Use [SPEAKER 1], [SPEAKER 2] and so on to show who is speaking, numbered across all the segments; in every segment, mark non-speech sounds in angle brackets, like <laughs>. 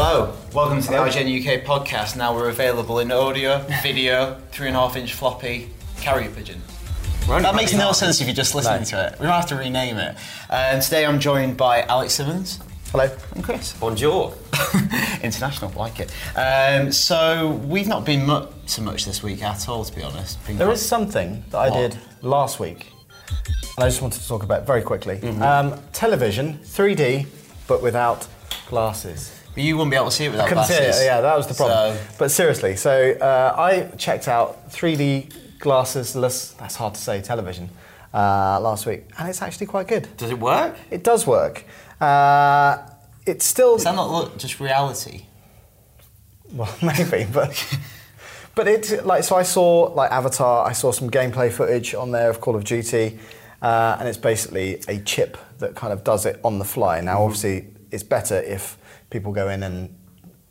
[SPEAKER 1] Welcome to the Algen UK podcast. Now we're available in <laughs> audio, video, three and a half inch floppy, carrier pigeon. That makes no sense if you're just listening to it. We might have to rename it. Um, today I'm joined by Alex Simmons. <laughs> Hello. And Chris.
[SPEAKER 2] Bonjour.
[SPEAKER 1] International, like it. Um, so we've not been mu- to much this week at all, to be honest. Been
[SPEAKER 3] There
[SPEAKER 1] quite-
[SPEAKER 3] is something that I
[SPEAKER 1] What?
[SPEAKER 3] did last week, and I just wanted to talk about very quickly.
[SPEAKER 1] Mm-hmm.
[SPEAKER 3] Um, television, 3D, but without glasses.
[SPEAKER 1] But you wouldn't be able to see it without
[SPEAKER 3] Couldn't see it,
[SPEAKER 1] glasses.
[SPEAKER 3] Yeah, that was the problem.
[SPEAKER 1] So-
[SPEAKER 3] But seriously, so uh, I checked out 3D glassesless. That's hard to say. Television uh, last week, and it's actually quite good.
[SPEAKER 2] Does it work?
[SPEAKER 3] It does work. Uh, it's still
[SPEAKER 1] Does that not look just reality?
[SPEAKER 3] Well, <laughs> maybe, but <laughs> but it like so. I saw like Avatar. I saw some gameplay footage on there of Call of Duty, uh, and it's basically a chip that kind of does it on the fly.
[SPEAKER 1] Mm-hmm.
[SPEAKER 3] Now, obviously, it's better if people go in and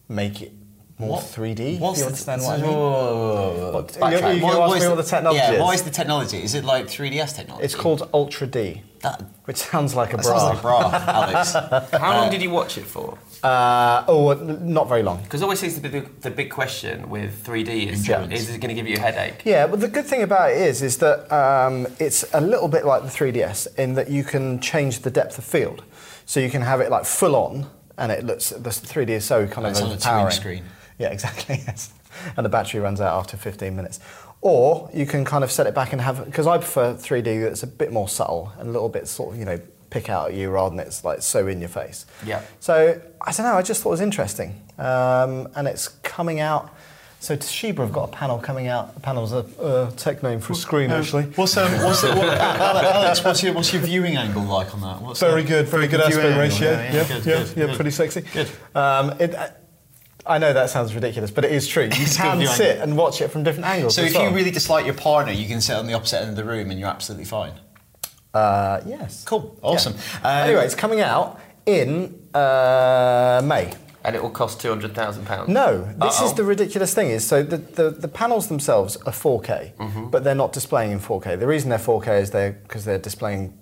[SPEAKER 3] make it more 3D.
[SPEAKER 1] What's
[SPEAKER 3] Do
[SPEAKER 1] the-
[SPEAKER 3] you understand
[SPEAKER 1] so-
[SPEAKER 3] what I mean?
[SPEAKER 1] whoa, whoa, whoa, whoa, whoa.
[SPEAKER 3] What- you-
[SPEAKER 1] Backtrack.
[SPEAKER 3] you gonna ask
[SPEAKER 1] is
[SPEAKER 3] me what the technology
[SPEAKER 1] yeah,
[SPEAKER 3] is?
[SPEAKER 1] what is the technology? Is it like 3DS technology?
[SPEAKER 3] It's called Ultra D,
[SPEAKER 1] That,
[SPEAKER 3] which sounds like a
[SPEAKER 1] that
[SPEAKER 3] bra.
[SPEAKER 1] sounds like a bra, <laughs> Alex.
[SPEAKER 2] How long did you watch it for?
[SPEAKER 3] uh, oh, n- not very long.
[SPEAKER 2] Because always seems to be the, the big question with 3D is,
[SPEAKER 3] Yeah.
[SPEAKER 2] is it going to give you a headache?
[SPEAKER 3] Yeah, but the good thing about it is, is that um, it's a little bit like the 3DS in that you can change the depth of field, so you can have it like full on, and it looks the 3D is so kind
[SPEAKER 1] It's
[SPEAKER 3] of
[SPEAKER 1] on a two-inch
[SPEAKER 3] overpowering.
[SPEAKER 1] screen.
[SPEAKER 3] Yeah, <laughs> exactly. Yes, and the battery runs out after 15 minutes. Or you can kind of set it back and have because I prefer 3D that's a bit more subtle and a little bit sort of you know pick out at you rather than it's like so in your face.
[SPEAKER 2] Yeah.
[SPEAKER 3] So I don't know. I just thought it was interesting, um, and it's coming out. So Toshiba have got a panel coming out. The panel's a uh, tech name for a screen, actually.
[SPEAKER 1] What's um, what's <laughs> the, what, Alex? What's your what's your viewing angle like on that? What's
[SPEAKER 3] Very
[SPEAKER 1] the-
[SPEAKER 3] good, very good
[SPEAKER 1] viewing
[SPEAKER 3] aspect
[SPEAKER 1] angle,
[SPEAKER 3] ratio.
[SPEAKER 1] Yeah, yeah,
[SPEAKER 3] yeah,
[SPEAKER 1] good,
[SPEAKER 3] yeah,
[SPEAKER 1] good,
[SPEAKER 3] yeah,
[SPEAKER 1] good.
[SPEAKER 3] pretty sexy.
[SPEAKER 1] Good.
[SPEAKER 3] Um, it, I- I know that sounds ridiculous, but it is true. You
[SPEAKER 1] <laughs> It's good
[SPEAKER 3] can
[SPEAKER 1] viewing.
[SPEAKER 3] sit and watch it from different angles.
[SPEAKER 1] So
[SPEAKER 3] as
[SPEAKER 1] if
[SPEAKER 3] well.
[SPEAKER 1] you really dislike your partner, you can sit on the opposite end of the room and you're absolutely fine.
[SPEAKER 3] Uh, yes.
[SPEAKER 1] Cool, awesome.
[SPEAKER 3] Yeah.
[SPEAKER 1] Um,
[SPEAKER 3] anyway, it's coming out in uh, May.
[SPEAKER 2] And it will cost £200,000.
[SPEAKER 3] No, this is
[SPEAKER 2] Uh-oh.
[SPEAKER 3] the ridiculous thing is so the, the, the panels themselves are 4K, but they're not displaying in 4K. The reason they're 4K is they're because they're displaying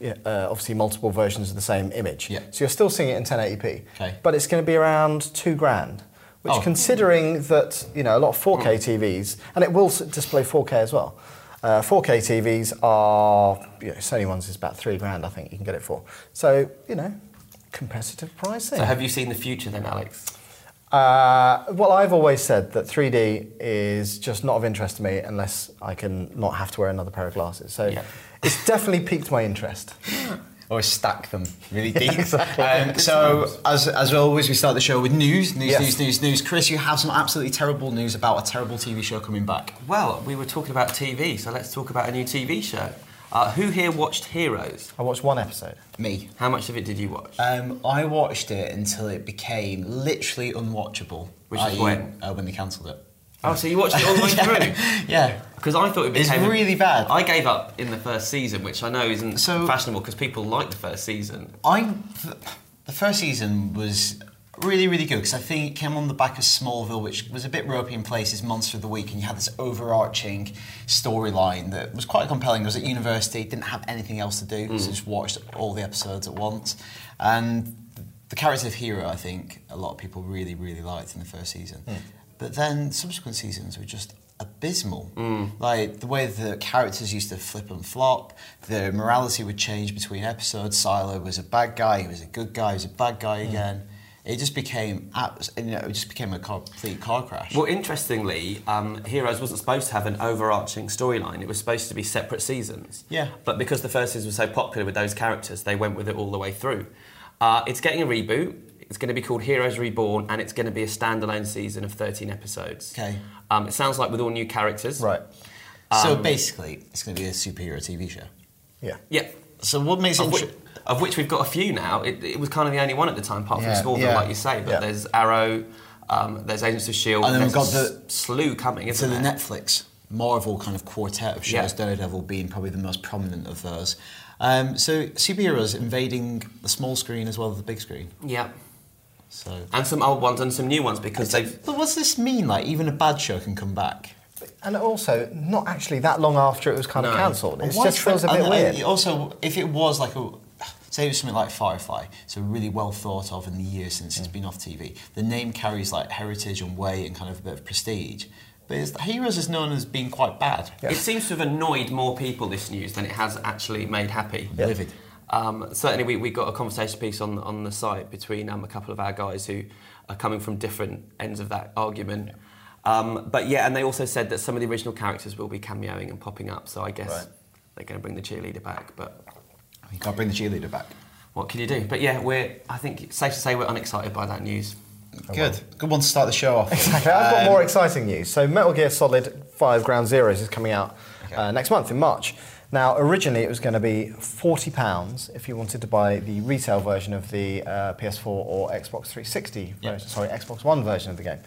[SPEAKER 3] yeah, uh, obviously multiple versions of the same image.
[SPEAKER 1] Yeah.
[SPEAKER 3] So you're still seeing it in 1080p,
[SPEAKER 1] Okay.
[SPEAKER 3] but it's going to be around two grand. Which,
[SPEAKER 1] Oh.
[SPEAKER 3] considering that you know a lot of 4K TVs, and it will s- display 4K as well. Uh, 4K TVs are you know, Sony ones is about three grand, I think you can get it for. So you know, competitive pricing.
[SPEAKER 2] So have you seen the future then, Alex?
[SPEAKER 3] Uh, well, I've always said that 3D is just not of interest to me unless I can not have to wear another pair of glasses. So
[SPEAKER 2] Yeah.
[SPEAKER 3] it's definitely piqued my interest.
[SPEAKER 1] Or stack them really deep.
[SPEAKER 3] exactly.
[SPEAKER 1] um, so, as, as always, we start the show with news, news,
[SPEAKER 3] Yes.
[SPEAKER 1] news, news, news. Chris, you have some absolutely terrible news about a terrible TV show coming back.
[SPEAKER 2] Well, we were talking about TV, so let's talk about a new TV show. Uh, who here watched Heroes?
[SPEAKER 3] I watched one episode.
[SPEAKER 1] Me.
[SPEAKER 2] How much of it did you watch?
[SPEAKER 1] Um, I watched it until it became literally unwatchable.
[SPEAKER 2] Which is
[SPEAKER 1] i.e.,
[SPEAKER 2] when?
[SPEAKER 1] Uh, when they cancelled it.
[SPEAKER 2] oh, so you watched it all the way
[SPEAKER 1] <laughs> yeah.
[SPEAKER 2] through?
[SPEAKER 1] yeah.
[SPEAKER 2] Because I thought it
[SPEAKER 1] It's
[SPEAKER 2] became a-
[SPEAKER 1] really bad.
[SPEAKER 2] I gave up in the first season, which I know isn't
[SPEAKER 1] So-
[SPEAKER 2] fashionable because people like the first season.
[SPEAKER 1] I th- the first season was really really good because I think it came on the back of Smallville, which was a bit ropey in places, Monster of the Week, and you had this overarching storyline that was quite compelling. I was at university, didn't have anything else to do, so just watched all the episodes at once, and the character of Hero, I think a lot of people really really liked in the first season, but then subsequent seasons were just abysmal. Like the way the characters used to flip and flop, the morality would change between episodes. Silo was a bad guy, he was a good guy, he was a bad guy again. It just became abs- you know, it just became a complete car crash.
[SPEAKER 2] Well, interestingly, um, Heroes wasn't supposed to have an overarching storyline. It was supposed to be separate seasons.
[SPEAKER 1] Yeah.
[SPEAKER 2] But because the first season was so popular with those characters, they went with it all the way through. Uh, it's getting a reboot. It's going to be called Heroes Reborn, and it's going to be a standalone season of 13 episodes.
[SPEAKER 1] Okay.
[SPEAKER 2] Um, it sounds like with all new characters.
[SPEAKER 3] Right.
[SPEAKER 1] so basically, it's going to be a superhero TV show.
[SPEAKER 3] Yeah.
[SPEAKER 2] Yeah.
[SPEAKER 1] So what makes it
[SPEAKER 2] Of which,
[SPEAKER 1] intre-
[SPEAKER 2] of which we've got a few now. It, it was kind of the only one at the time, apart
[SPEAKER 1] Yeah,
[SPEAKER 2] from Smallville,
[SPEAKER 1] yeah,
[SPEAKER 2] like you say. But
[SPEAKER 3] yeah.
[SPEAKER 2] there's Arrow, um, there's Agents of Shield,
[SPEAKER 1] And then
[SPEAKER 2] there's
[SPEAKER 1] we've
[SPEAKER 2] a
[SPEAKER 1] got
[SPEAKER 2] s- slew coming,
[SPEAKER 1] So
[SPEAKER 2] isn't
[SPEAKER 1] the
[SPEAKER 2] there?
[SPEAKER 1] Netflix Marvel kind of quartet of shows,
[SPEAKER 2] Yeah.
[SPEAKER 1] Daredevil being probably the most prominent of those. Um, so superheroes invading the small screen as well as the big screen.
[SPEAKER 2] yeah.
[SPEAKER 1] So
[SPEAKER 2] and some old ones and some new ones because they've.
[SPEAKER 1] But what's this mean? Like, even a bad show can come back.
[SPEAKER 3] And also, not actually that long after it was kind
[SPEAKER 2] No.
[SPEAKER 3] of cancelled. It
[SPEAKER 1] Why
[SPEAKER 3] just feels a bit
[SPEAKER 1] and-
[SPEAKER 3] weird.
[SPEAKER 1] and Also, if it was like a. Say it was something like Firefly, so really well thought of in the years since
[SPEAKER 3] Mm.
[SPEAKER 1] it's been off TV. The name carries like heritage and weight and kind of a bit of prestige. But it's, Heroes is known as being quite bad.
[SPEAKER 2] It seems to have annoyed more people, this news, than it has actually made happy.
[SPEAKER 1] Livid.
[SPEAKER 2] Um, certainly, we, we got a conversation piece on, on the site between um, a couple of our guys who are coming from different ends of that argument. Um, but yeah, and they also said that some of the original characters will be cameoing and popping up, so I guess
[SPEAKER 1] Right.
[SPEAKER 2] they're going to bring the cheerleader back. But
[SPEAKER 1] You can't bring the cheerleader back.
[SPEAKER 2] what can you do? But yeah, we're, I think it's safe to say we're unexcited by that news.
[SPEAKER 3] Oh,
[SPEAKER 1] Good. Good one to start the show off.
[SPEAKER 3] Okay, I've got
[SPEAKER 1] Um,
[SPEAKER 3] more exciting news. So, Metal Gear Solid 5 Ground Zeroes is coming out uh, next month in March. Now, originally it was going to be £40 if you wanted to buy the retail version of the uh, PS4 or Xbox 360
[SPEAKER 1] Yeah.
[SPEAKER 3] version, sorry, Xbox One version of the game.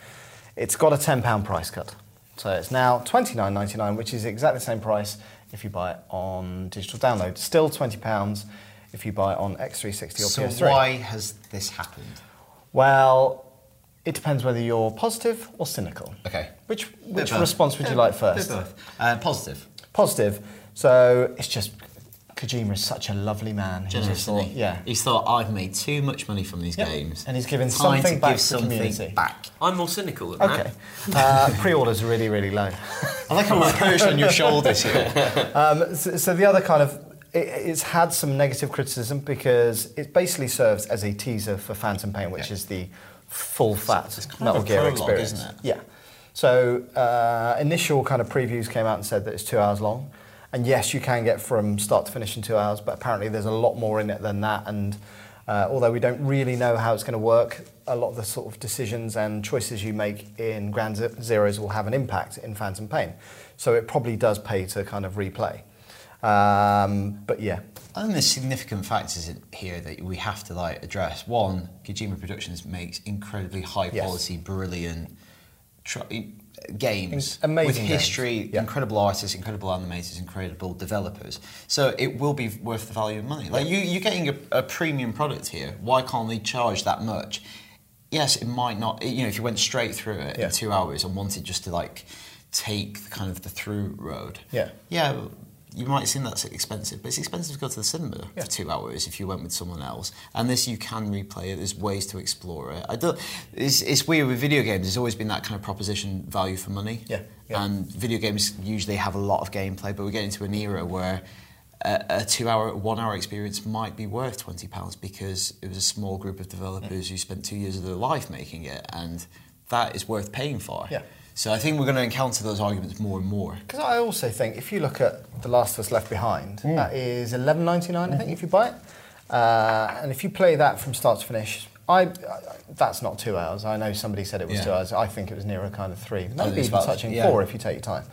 [SPEAKER 3] It's got a £10 price cut. So, it's now $29.99, which is exactly the same price if you buy it on digital download. Still £20 if you buy it on X360 or
[SPEAKER 1] So
[SPEAKER 3] PS3.
[SPEAKER 1] why has this happened?
[SPEAKER 3] Well, it depends whether you're positive or cynical.
[SPEAKER 1] Okay.
[SPEAKER 3] Which
[SPEAKER 1] Bit
[SPEAKER 3] which
[SPEAKER 1] both.
[SPEAKER 3] response would you
[SPEAKER 1] Bit-
[SPEAKER 3] like
[SPEAKER 1] bit
[SPEAKER 3] first?
[SPEAKER 1] both. Uh, positive.
[SPEAKER 3] Positive. So it's just Kojima is such a lovely man. He's
[SPEAKER 1] Generous,
[SPEAKER 3] just thought-
[SPEAKER 1] isn't he?
[SPEAKER 3] yeah.
[SPEAKER 1] He's thought I've made too much money from these
[SPEAKER 3] Yep.
[SPEAKER 1] games,
[SPEAKER 3] And he's given
[SPEAKER 1] Time
[SPEAKER 3] something
[SPEAKER 1] to
[SPEAKER 3] back
[SPEAKER 1] give
[SPEAKER 3] to the
[SPEAKER 1] something
[SPEAKER 3] community.
[SPEAKER 1] back.
[SPEAKER 2] I'm more cynical than
[SPEAKER 3] Okay.
[SPEAKER 2] that.
[SPEAKER 3] Uh, pre-orders are really really low.
[SPEAKER 1] I like how we're perched on your shoulders here.
[SPEAKER 3] Um, so, so the other kind of it, it's had some negative criticism because it basically serves as a teaser for Phantom Pain, which
[SPEAKER 1] Yeah.
[SPEAKER 3] is the full fat
[SPEAKER 1] it's kind
[SPEAKER 3] Metal
[SPEAKER 1] of a
[SPEAKER 3] Gear
[SPEAKER 1] prologue,
[SPEAKER 3] experience,
[SPEAKER 1] isn't it?
[SPEAKER 3] Yeah. So uh, initial kind of previews came out and said that it's two hours long, and yes, you can get from start to finish in two hours, but apparently there's a lot more in it than that, and. Uh, although we don't really know how it's going to work, a lot of the sort of decisions and choices you make in Grand Ze- Zeroes will have an impact in Phantom Pain. So it probably does pay to kind of replay. Um, but yeah,
[SPEAKER 1] <laughs> I think there's significant factors in here that we have to like address. One, Kojima Productions makes incredibly high
[SPEAKER 3] Yes.
[SPEAKER 1] quality, brilliant tr- e, games
[SPEAKER 3] In- amazing
[SPEAKER 1] with
[SPEAKER 3] games.
[SPEAKER 1] history,
[SPEAKER 3] Yeah.
[SPEAKER 1] incredible artists, incredible animators, incredible developers. So it will be worth the value of money. Like you, you're getting a, a premium product here. Why can't they charge that much? Yes, it might not. You know, if you went straight through it
[SPEAKER 3] Yeah.
[SPEAKER 1] in two hours and wanted just to like take the kind of the through road,
[SPEAKER 3] Yeah.
[SPEAKER 1] yeah, you might seem that's expensive, but it's expensive to go to the cinema
[SPEAKER 3] Yeah.
[SPEAKER 1] for two hours if you went with someone else. And this, you can replay it. There's ways to explore it. I don't. It's, it's weird with video games. There's always been that kind of proposition value for money.
[SPEAKER 3] Yeah, yeah.
[SPEAKER 1] And video games usually have a lot of gameplay, but we're getting to an era where. A, a two-hour, one-hour experience might be worth twenty pounds because it was a small group of
[SPEAKER 3] Mm.
[SPEAKER 1] developers who spent two years of their life making it, and that is worth paying for.
[SPEAKER 3] Yeah.
[SPEAKER 1] So I think we're going to encounter those arguments more and more.
[SPEAKER 3] because I also think if you look at The Last of Us Left Behind,
[SPEAKER 1] Mm.
[SPEAKER 3] that is eleven ninety nine, I think, if you buy it. Uh, and if you play that from start to finish, I, I that's not two hours. I know somebody said it was
[SPEAKER 1] Yeah.
[SPEAKER 3] two hours. I think it was nearer kind of three,
[SPEAKER 1] think
[SPEAKER 3] maybe
[SPEAKER 1] it's
[SPEAKER 3] even
[SPEAKER 1] about-
[SPEAKER 3] touching
[SPEAKER 1] yeah.
[SPEAKER 3] four if you take your time.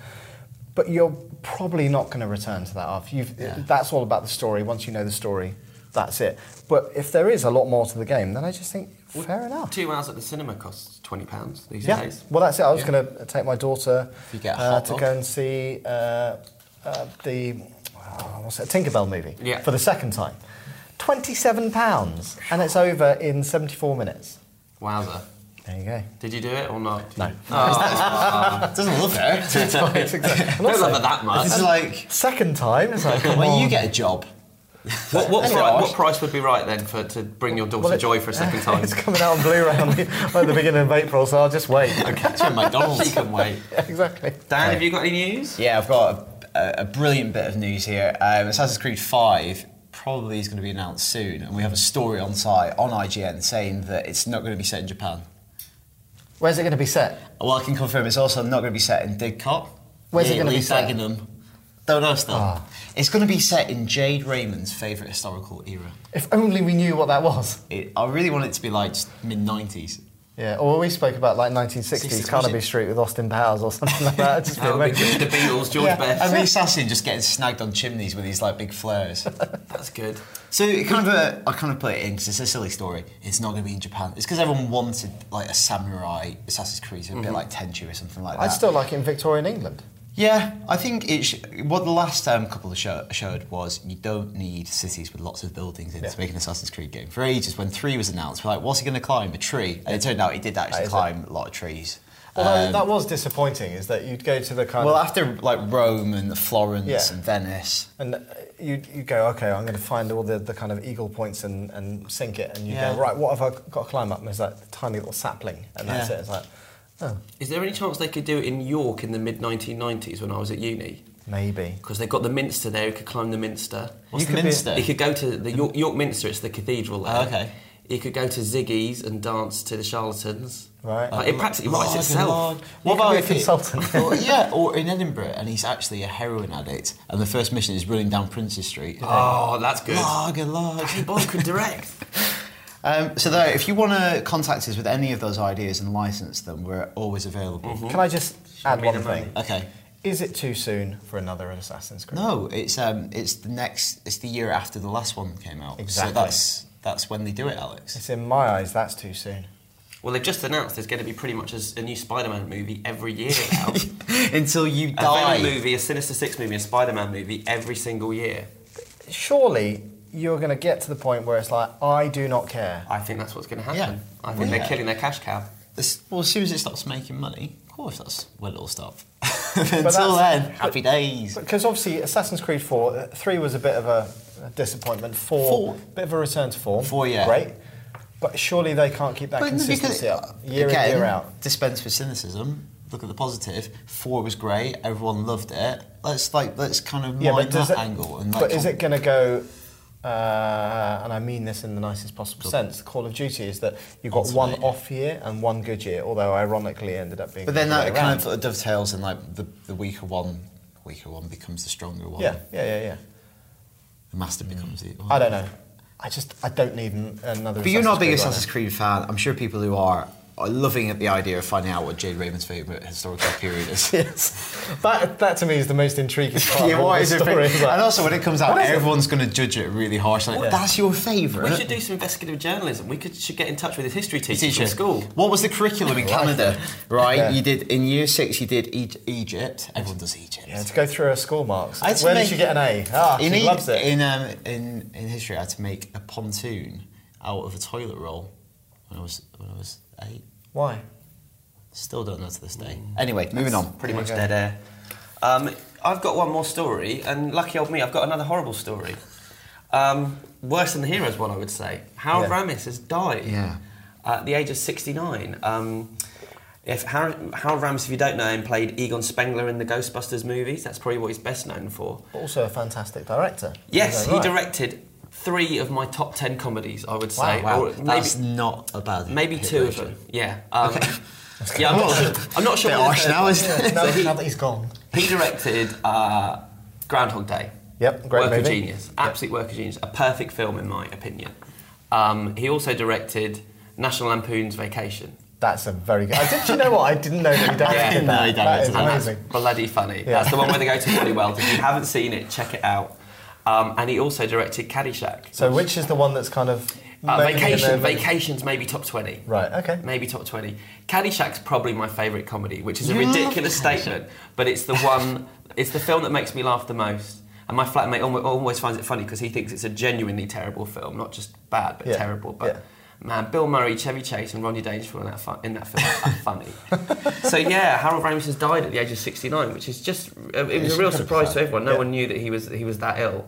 [SPEAKER 3] But you're probably not going to return to that after you've.
[SPEAKER 1] Yeah.
[SPEAKER 3] That's all about the story. Once you know the story, that's it. But if there is a lot more to the game, then I just think fair enough.
[SPEAKER 2] Two hours at the cinema costs £20 these
[SPEAKER 3] Yeah.
[SPEAKER 2] days.
[SPEAKER 3] Well, that's it. I was
[SPEAKER 1] Yeah.
[SPEAKER 3] going to take my daughter
[SPEAKER 1] you get a
[SPEAKER 3] uh,
[SPEAKER 1] hot
[SPEAKER 3] to
[SPEAKER 1] dog.
[SPEAKER 3] go and see uh, uh, the oh, what's that, Tinkerbell movie
[SPEAKER 2] Yeah.
[SPEAKER 3] for the second time. Twenty-seven pounds, and it's over in seventy-four minutes.
[SPEAKER 2] Wowzer.
[SPEAKER 3] There you go.
[SPEAKER 2] Did you do it or not?
[SPEAKER 3] No.
[SPEAKER 1] <laughs> Doesn't look fair.
[SPEAKER 3] It's exactly-
[SPEAKER 2] <laughs>
[SPEAKER 3] and
[SPEAKER 2] I don't
[SPEAKER 3] also,
[SPEAKER 2] love it that much.
[SPEAKER 1] It's like
[SPEAKER 3] Second time,
[SPEAKER 1] <laughs>
[SPEAKER 3] it's like come
[SPEAKER 1] when
[SPEAKER 3] on.
[SPEAKER 1] you get a job.
[SPEAKER 2] What, what,
[SPEAKER 1] Anyway,
[SPEAKER 2] pri-
[SPEAKER 1] I-
[SPEAKER 2] what price would be right then for to bring your daughter
[SPEAKER 3] Well, it-
[SPEAKER 2] joy for a second
[SPEAKER 3] <laughs>
[SPEAKER 2] time?
[SPEAKER 3] It's coming out on Blu-ray on the, <laughs> at the beginning of April, so I'll just wait.
[SPEAKER 1] Catch me at
[SPEAKER 2] she
[SPEAKER 1] McDonald's.
[SPEAKER 2] can wait.
[SPEAKER 3] exactly.
[SPEAKER 2] Dan, have you got any news?
[SPEAKER 1] Yeah, I've got a, a, a brilliant bit of news here. Um, Assassin's Creed 5 probably is going to be announced soon, and we have a story on site on IGN saying that it's not going to be set in Japan.
[SPEAKER 3] Where's it going to be set?
[SPEAKER 1] Well, I can confirm it's also not going to be set in Didcot.
[SPEAKER 3] Where's it
[SPEAKER 1] Yateley,
[SPEAKER 3] gonna be set?
[SPEAKER 1] Dagenham. Don't know still.
[SPEAKER 3] Ah.
[SPEAKER 1] It's going to be set in Jade Raymond's favourite historical era.
[SPEAKER 3] If only we knew what that was.
[SPEAKER 1] It, I really want it to be like just mid 90s.
[SPEAKER 3] Yeah, or we spoke about like 1960s
[SPEAKER 1] 60s,
[SPEAKER 3] Carnaby
[SPEAKER 1] was it?
[SPEAKER 3] Street with Austin Powers or something like that. <laughs> It'd Just be
[SPEAKER 2] That would be
[SPEAKER 3] amazing.
[SPEAKER 2] good. The Beatles, George
[SPEAKER 3] Yeah.
[SPEAKER 2] Best.
[SPEAKER 1] And the assassin just getting snagged on chimneys with these like big flares.
[SPEAKER 2] That's good.
[SPEAKER 1] So it kind of a, I kind of put it in because it's a silly story. It's not going to be in Japan. It's because everyone wanted like a samurai Assassin's Creed, so a bit like Tenchu or something like that.
[SPEAKER 3] I'd still like it in Victorian England.
[SPEAKER 1] yeah, I think it. Sh- what the last um, couple of show- showed was you don't need cities with lots of buildings in
[SPEAKER 3] Yeah.
[SPEAKER 1] to make an Assassin's Creed game. For ages, when three was announced, we're like, what's he going to climb? A tree, and it turned out he did
[SPEAKER 3] That
[SPEAKER 1] actually
[SPEAKER 3] is it.
[SPEAKER 1] climb a lot of trees.
[SPEAKER 3] Although
[SPEAKER 1] Um,
[SPEAKER 3] that was disappointing, is that you'd go to the kind
[SPEAKER 1] well,
[SPEAKER 3] of
[SPEAKER 1] after like Rome and Florence
[SPEAKER 3] Yeah.
[SPEAKER 1] and Venice,
[SPEAKER 3] and uh, you you go, okay, I'm going to find all the, the kind of eagle points and, and sink it, and you
[SPEAKER 1] Yeah.
[SPEAKER 3] go, right, what have I got to climb up? And it's like a tiny little sapling, and that's
[SPEAKER 1] Yeah.
[SPEAKER 3] it. It's like, oh,
[SPEAKER 2] Is there any chance they could do it in York in the mid 1990s when I was at uni?
[SPEAKER 3] maybe.
[SPEAKER 2] Because they've got the Minster there, you could climb the Minster.
[SPEAKER 1] What's
[SPEAKER 3] You
[SPEAKER 1] the
[SPEAKER 3] could be-
[SPEAKER 1] Minster?
[SPEAKER 2] You could go to the York, York Minster, it's the cathedral there.
[SPEAKER 1] Oh, okay.
[SPEAKER 2] You could go to Ziggy's and dance to the Charlatans.
[SPEAKER 3] Right.
[SPEAKER 2] Like, it practically writes
[SPEAKER 1] Lord,
[SPEAKER 2] itself.
[SPEAKER 1] Lord. What
[SPEAKER 3] could
[SPEAKER 1] about
[SPEAKER 3] be a
[SPEAKER 1] if it- <laughs>
[SPEAKER 3] consultant.
[SPEAKER 1] or, yeah, or in Edinburgh, and he's actually a heroin addict, and the first mission is running down Princes Street.
[SPEAKER 2] Oh, that's good.
[SPEAKER 1] Lager, lager.
[SPEAKER 2] Hey, Bob could direct.
[SPEAKER 1] Um, so, though, if you want to contact us with any of those ideas and license them, we're always available.
[SPEAKER 3] Can I just add
[SPEAKER 2] me
[SPEAKER 3] one
[SPEAKER 2] the
[SPEAKER 3] thing?
[SPEAKER 2] moment.
[SPEAKER 1] Okay.
[SPEAKER 3] Is it too soon for another Assassin's Creed?
[SPEAKER 1] No, it's um, it's the next, it's the year after the last one came out.
[SPEAKER 3] Exactly.
[SPEAKER 1] So that's that's when they do it, Alex.
[SPEAKER 3] <laughs> It's in my eyes. That's too soon.
[SPEAKER 2] Well, they've just announced there's going to be pretty much a, a new Spider-Man movie every year
[SPEAKER 1] <laughs>
[SPEAKER 2] now.
[SPEAKER 1] Until you
[SPEAKER 2] a
[SPEAKER 1] die.
[SPEAKER 2] Venom movie, a Sinister Six movie, a Spider-Man movie every single year.
[SPEAKER 3] Surely you're going to get to the point where it's like, I do not care.
[SPEAKER 2] I think that's what's going to happen.
[SPEAKER 1] Yeah.
[SPEAKER 2] I think
[SPEAKER 1] Yeah.
[SPEAKER 2] they're killing their cash cow.
[SPEAKER 1] This- well, as soon as it stops making money, of course, that's when it'll stop. <laughs> Until
[SPEAKER 3] that's-
[SPEAKER 1] then, happy days.
[SPEAKER 3] Because obviously, Assassin's Creed 4, uh, 3 was a bit of a, a disappointment. 4,
[SPEAKER 1] Four.
[SPEAKER 3] bit of a return to form.
[SPEAKER 1] Four, yeah.
[SPEAKER 3] Great. But surely they can't keep that
[SPEAKER 1] But because- uh,
[SPEAKER 3] consistency up year in, year out.
[SPEAKER 1] Dispense with cynicism. Look at the positive. Four was great. Everyone loved it. Let's like let's kind of mind
[SPEAKER 3] does
[SPEAKER 1] that
[SPEAKER 3] it-
[SPEAKER 1] angle. And like,
[SPEAKER 3] but is it going to go? Uh, and I mean this in the nicest possible sense. The Call of Duty is that you've got one
[SPEAKER 1] Ultimately.
[SPEAKER 3] off year and one good year, although ironically it ended up being.
[SPEAKER 1] But then
[SPEAKER 3] the other
[SPEAKER 1] that
[SPEAKER 3] way
[SPEAKER 1] kind
[SPEAKER 3] around.
[SPEAKER 1] of dovetails, and like the, the weaker one, weaker one becomes the stronger one.
[SPEAKER 3] yeah, yeah, yeah, yeah.
[SPEAKER 1] The master becomes the.
[SPEAKER 3] I don't know. I just I don't need an- another.
[SPEAKER 1] But you're not a big Assassin's
[SPEAKER 3] Assassin's
[SPEAKER 1] Creed fan. I'm sure people who are are loving at the idea of finding out what Jade Raymond's favourite historical period is. <laughs>
[SPEAKER 3] Creed. Yes, that that to me is the most intriguing part
[SPEAKER 1] Yeah,
[SPEAKER 3] of all
[SPEAKER 1] why
[SPEAKER 3] this
[SPEAKER 1] is it?
[SPEAKER 3] story. It's like,
[SPEAKER 1] and also, when it comes out,
[SPEAKER 3] What is it?
[SPEAKER 1] everyone's going to judge it really harsh. Like,
[SPEAKER 3] Yeah.
[SPEAKER 1] that's your favourite.
[SPEAKER 2] We should do some investigative journalism. We could should get in touch with his history teacher,
[SPEAKER 1] teacher.
[SPEAKER 2] from school.
[SPEAKER 1] What was the curriculum
[SPEAKER 3] <laughs>
[SPEAKER 1] in Canada? Right,
[SPEAKER 3] Yeah.
[SPEAKER 1] you did in year six. You did e- Egypt. Everyone does Egypt.
[SPEAKER 3] yeah, to go through her school marks.
[SPEAKER 1] I had to
[SPEAKER 3] Where
[SPEAKER 1] make-
[SPEAKER 3] did you get an A? Ah,
[SPEAKER 1] in
[SPEAKER 3] she
[SPEAKER 1] E-
[SPEAKER 3] loves it.
[SPEAKER 1] In, um, in in history, I had to make a pontoon out of a toilet roll when I was when I was eight.
[SPEAKER 3] Why?
[SPEAKER 1] Still don't know to this day.
[SPEAKER 3] Mm.
[SPEAKER 1] Anyway, moving on.
[SPEAKER 2] Pretty
[SPEAKER 3] There
[SPEAKER 2] much
[SPEAKER 3] you go.
[SPEAKER 2] dead air. Um, I've got one more story, and lucky old me, I've got another horrible story. Um, worse than the heroes one, I would say. Harold
[SPEAKER 3] Yeah.
[SPEAKER 2] Ramis has died
[SPEAKER 1] Yeah.
[SPEAKER 2] at the age of 69. Um, if Harold, Harold Ramis, if you don't know him, played Egon Spengler in the Ghostbusters movies. That's probably what he's best known for.
[SPEAKER 3] But also a fantastic director.
[SPEAKER 2] Yes,
[SPEAKER 3] He's
[SPEAKER 2] he
[SPEAKER 3] right.
[SPEAKER 2] directed three of my top ten comedies. I would say,
[SPEAKER 1] wow,
[SPEAKER 2] Or
[SPEAKER 1] that's not a bad.
[SPEAKER 2] Maybe
[SPEAKER 1] hit
[SPEAKER 2] two of
[SPEAKER 1] ratio.
[SPEAKER 2] them. Yeah. Um, Yeah, I'm not sure. I'm
[SPEAKER 1] <laughs>
[SPEAKER 2] not sure.
[SPEAKER 1] Bit
[SPEAKER 2] what the
[SPEAKER 1] harsh
[SPEAKER 2] third
[SPEAKER 1] now,
[SPEAKER 2] one-
[SPEAKER 1] isn't it?
[SPEAKER 3] <laughs> Yeah, now,
[SPEAKER 2] So he-
[SPEAKER 3] now that he's gone.
[SPEAKER 2] He directed uh, Groundhog Day.
[SPEAKER 3] Yep, great
[SPEAKER 2] work of
[SPEAKER 3] movie.
[SPEAKER 2] genius, absolute work of genius. A perfect film in my opinion. Um, he also directed National Lampoon's Vacation.
[SPEAKER 3] That's a very good. I did. You know what? I didn't know that he directed that.
[SPEAKER 2] Yeah.
[SPEAKER 1] No, he
[SPEAKER 3] that is
[SPEAKER 1] directed
[SPEAKER 2] and
[SPEAKER 3] amazing.
[SPEAKER 2] That's bloody funny.
[SPEAKER 3] Yeah.
[SPEAKER 2] That's the one where they
[SPEAKER 3] <laughs>
[SPEAKER 2] go to Wally World. If you haven't seen it, check it out. Um, and he also directed Caddyshack.
[SPEAKER 3] So which is the one that's kind of
[SPEAKER 2] Uh,
[SPEAKER 3] mainly in
[SPEAKER 2] vacation,
[SPEAKER 3] the-
[SPEAKER 2] vacations, maybe top twenty.
[SPEAKER 3] Right. Okay.
[SPEAKER 2] Maybe top twenty. Caddyshack's probably my favourite comedy, which is a
[SPEAKER 1] You love
[SPEAKER 2] ridiculous
[SPEAKER 1] Caddyshack.
[SPEAKER 2] statement, but it's the one, it's the film that makes me laugh the most. And my flatmate almo- always finds it funny because he thinks it's a genuinely terrible film, not just bad, but
[SPEAKER 3] Yeah,
[SPEAKER 2] terrible. But
[SPEAKER 3] yeah.
[SPEAKER 2] man, Bill Murray, Chevy Chase, and Ronnie Dangerfield in that, fu- in that film are <laughs> funny. so yeah, Harold Ramis has died at the age of sixty-nine, which is just uh, it was
[SPEAKER 1] It's
[SPEAKER 2] a real
[SPEAKER 1] incredibly
[SPEAKER 2] surprise
[SPEAKER 1] sad.
[SPEAKER 2] to everyone. No
[SPEAKER 3] Yeah.
[SPEAKER 2] one knew that he was he was that ill.